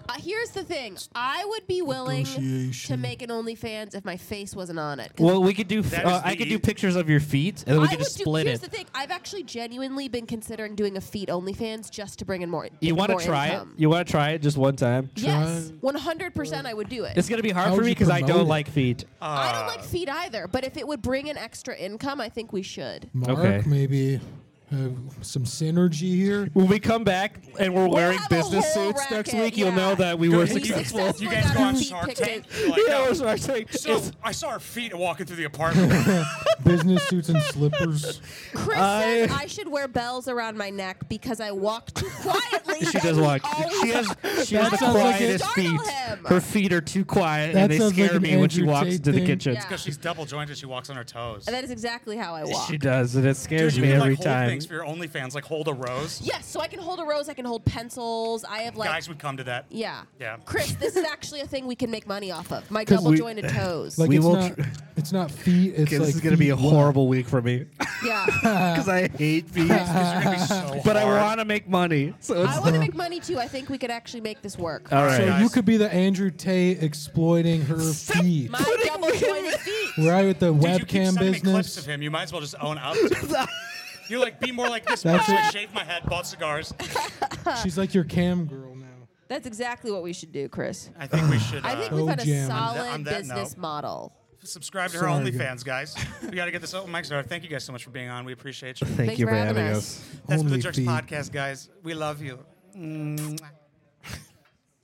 [SPEAKER 4] Uh, here's the thing. I would be willing to
[SPEAKER 3] Negotiation.
[SPEAKER 4] make an OnlyFans if my face wasn't on it. 'Cause
[SPEAKER 2] Well, we could do.
[SPEAKER 1] That
[SPEAKER 2] uh,
[SPEAKER 1] is
[SPEAKER 2] I could
[SPEAKER 1] the-
[SPEAKER 2] do pictures of your feet, and then we
[SPEAKER 4] I
[SPEAKER 2] could
[SPEAKER 4] would
[SPEAKER 2] just split
[SPEAKER 4] do,
[SPEAKER 2] it.
[SPEAKER 4] Here's the thing. I've actually genuinely been considering doing a feet OnlyFans just to bring in more.
[SPEAKER 2] you
[SPEAKER 4] want to
[SPEAKER 2] try it? You want to try it just one time?
[SPEAKER 4] yes, 100. percent I would do it.
[SPEAKER 2] It's gonna be hard
[SPEAKER 3] How
[SPEAKER 2] for
[SPEAKER 3] would
[SPEAKER 2] me
[SPEAKER 3] you
[SPEAKER 2] because I
[SPEAKER 3] promote
[SPEAKER 2] don't
[SPEAKER 3] it?
[SPEAKER 2] like feet.
[SPEAKER 1] Uh,
[SPEAKER 4] I don't like feet either, but if it would bring in extra income, I think we should.
[SPEAKER 3] Mark,
[SPEAKER 2] Okay.
[SPEAKER 3] maybe have some synergy here.
[SPEAKER 2] When we come back and we're wearing
[SPEAKER 4] have a
[SPEAKER 2] business
[SPEAKER 4] whole
[SPEAKER 2] suits next
[SPEAKER 4] racket,
[SPEAKER 2] week, you'll
[SPEAKER 4] yeah.
[SPEAKER 2] know that we
[SPEAKER 1] You
[SPEAKER 2] were
[SPEAKER 1] guys-
[SPEAKER 2] successful.
[SPEAKER 1] You guys
[SPEAKER 4] Successful
[SPEAKER 1] go on
[SPEAKER 4] got a
[SPEAKER 1] Shark
[SPEAKER 4] feet
[SPEAKER 1] Tank.
[SPEAKER 4] picked
[SPEAKER 1] you're like,
[SPEAKER 2] yeah,
[SPEAKER 1] "No."
[SPEAKER 2] that's what I'm saying.
[SPEAKER 1] So
[SPEAKER 2] It's-
[SPEAKER 1] I saw her feet walking through the apartment.
[SPEAKER 3] Business suits and slippers.
[SPEAKER 4] Chris
[SPEAKER 2] I-
[SPEAKER 4] says I should wear bells around my neck because I walk too quietly.
[SPEAKER 2] she does
[SPEAKER 4] and
[SPEAKER 2] walk.
[SPEAKER 4] always
[SPEAKER 2] She has she has
[SPEAKER 4] That
[SPEAKER 2] the
[SPEAKER 4] sounds like
[SPEAKER 2] quietest
[SPEAKER 4] it-
[SPEAKER 2] feet.
[SPEAKER 4] Startle him.
[SPEAKER 2] Her feet are too quiet,
[SPEAKER 3] That
[SPEAKER 2] and they
[SPEAKER 3] sounds
[SPEAKER 2] scare
[SPEAKER 3] like an
[SPEAKER 2] me when she
[SPEAKER 3] Andrew
[SPEAKER 2] walks
[SPEAKER 3] Tate
[SPEAKER 2] into the
[SPEAKER 3] thing.
[SPEAKER 2] kitchen.
[SPEAKER 4] Yeah.
[SPEAKER 1] Because she's double jointed, she walks on her toes.
[SPEAKER 4] That is exactly how I walk.
[SPEAKER 2] She does, and it scares
[SPEAKER 1] Dude, you
[SPEAKER 2] me
[SPEAKER 1] can,
[SPEAKER 2] every
[SPEAKER 1] like, hold
[SPEAKER 2] time.
[SPEAKER 1] things for your OnlyFans, like hold a rose.
[SPEAKER 4] Yes, so I can hold a rose, I can hold pencils. I have like
[SPEAKER 1] Guys would come to that.
[SPEAKER 4] yeah.
[SPEAKER 1] Yeah.
[SPEAKER 4] Chris, this is actually a thing we can make money off of. My
[SPEAKER 2] 'Cause
[SPEAKER 4] double
[SPEAKER 2] we-
[SPEAKER 4] jointed toes.
[SPEAKER 3] Like
[SPEAKER 2] We
[SPEAKER 3] it's
[SPEAKER 2] will
[SPEAKER 3] not.
[SPEAKER 2] tr-
[SPEAKER 3] it's not feet. It's
[SPEAKER 2] Okay,
[SPEAKER 3] like
[SPEAKER 2] this is gonna be a
[SPEAKER 3] feet wide.
[SPEAKER 2] horrible week for me
[SPEAKER 4] yeah.
[SPEAKER 2] because I hate feet,
[SPEAKER 1] It's gonna be so
[SPEAKER 2] but I
[SPEAKER 1] hard.
[SPEAKER 2] want to make money. So it's
[SPEAKER 4] I want to make money too. I think we could actually make this work.
[SPEAKER 2] all right.
[SPEAKER 3] So
[SPEAKER 1] Guys.
[SPEAKER 3] you could be the Andrew Tate exploiting her feet.
[SPEAKER 4] My double jointed feet.
[SPEAKER 3] Right with the
[SPEAKER 1] Dude, you keep
[SPEAKER 3] webcam
[SPEAKER 1] sending me clips of
[SPEAKER 3] business.
[SPEAKER 1] him. You might as well just own up. to it. You're like, be more like this.
[SPEAKER 3] That's
[SPEAKER 1] person.
[SPEAKER 3] it.
[SPEAKER 1] I shaved my head, bought cigars.
[SPEAKER 3] She's like your cam girl now.
[SPEAKER 4] That's exactly what we should do, Chris.
[SPEAKER 1] I think we should.
[SPEAKER 4] I
[SPEAKER 1] Uh,
[SPEAKER 4] think we've
[SPEAKER 3] Oh,
[SPEAKER 4] got a
[SPEAKER 1] On
[SPEAKER 3] jam.
[SPEAKER 1] that-
[SPEAKER 4] solid
[SPEAKER 1] on that
[SPEAKER 4] business
[SPEAKER 1] note.
[SPEAKER 4] model.
[SPEAKER 1] subscribe to her
[SPEAKER 3] Sorry,
[SPEAKER 1] OnlyFans, guys. We got to get this open mic started. Thank you guys so much for being on. We appreciate you.
[SPEAKER 2] Thank
[SPEAKER 4] Thanks
[SPEAKER 2] you
[SPEAKER 4] for
[SPEAKER 2] for
[SPEAKER 4] having
[SPEAKER 2] having
[SPEAKER 4] us.
[SPEAKER 2] us.
[SPEAKER 1] That's been the
[SPEAKER 3] Only
[SPEAKER 1] Jerks
[SPEAKER 3] feet.
[SPEAKER 1] Podcast, guys. We love you. Mwah.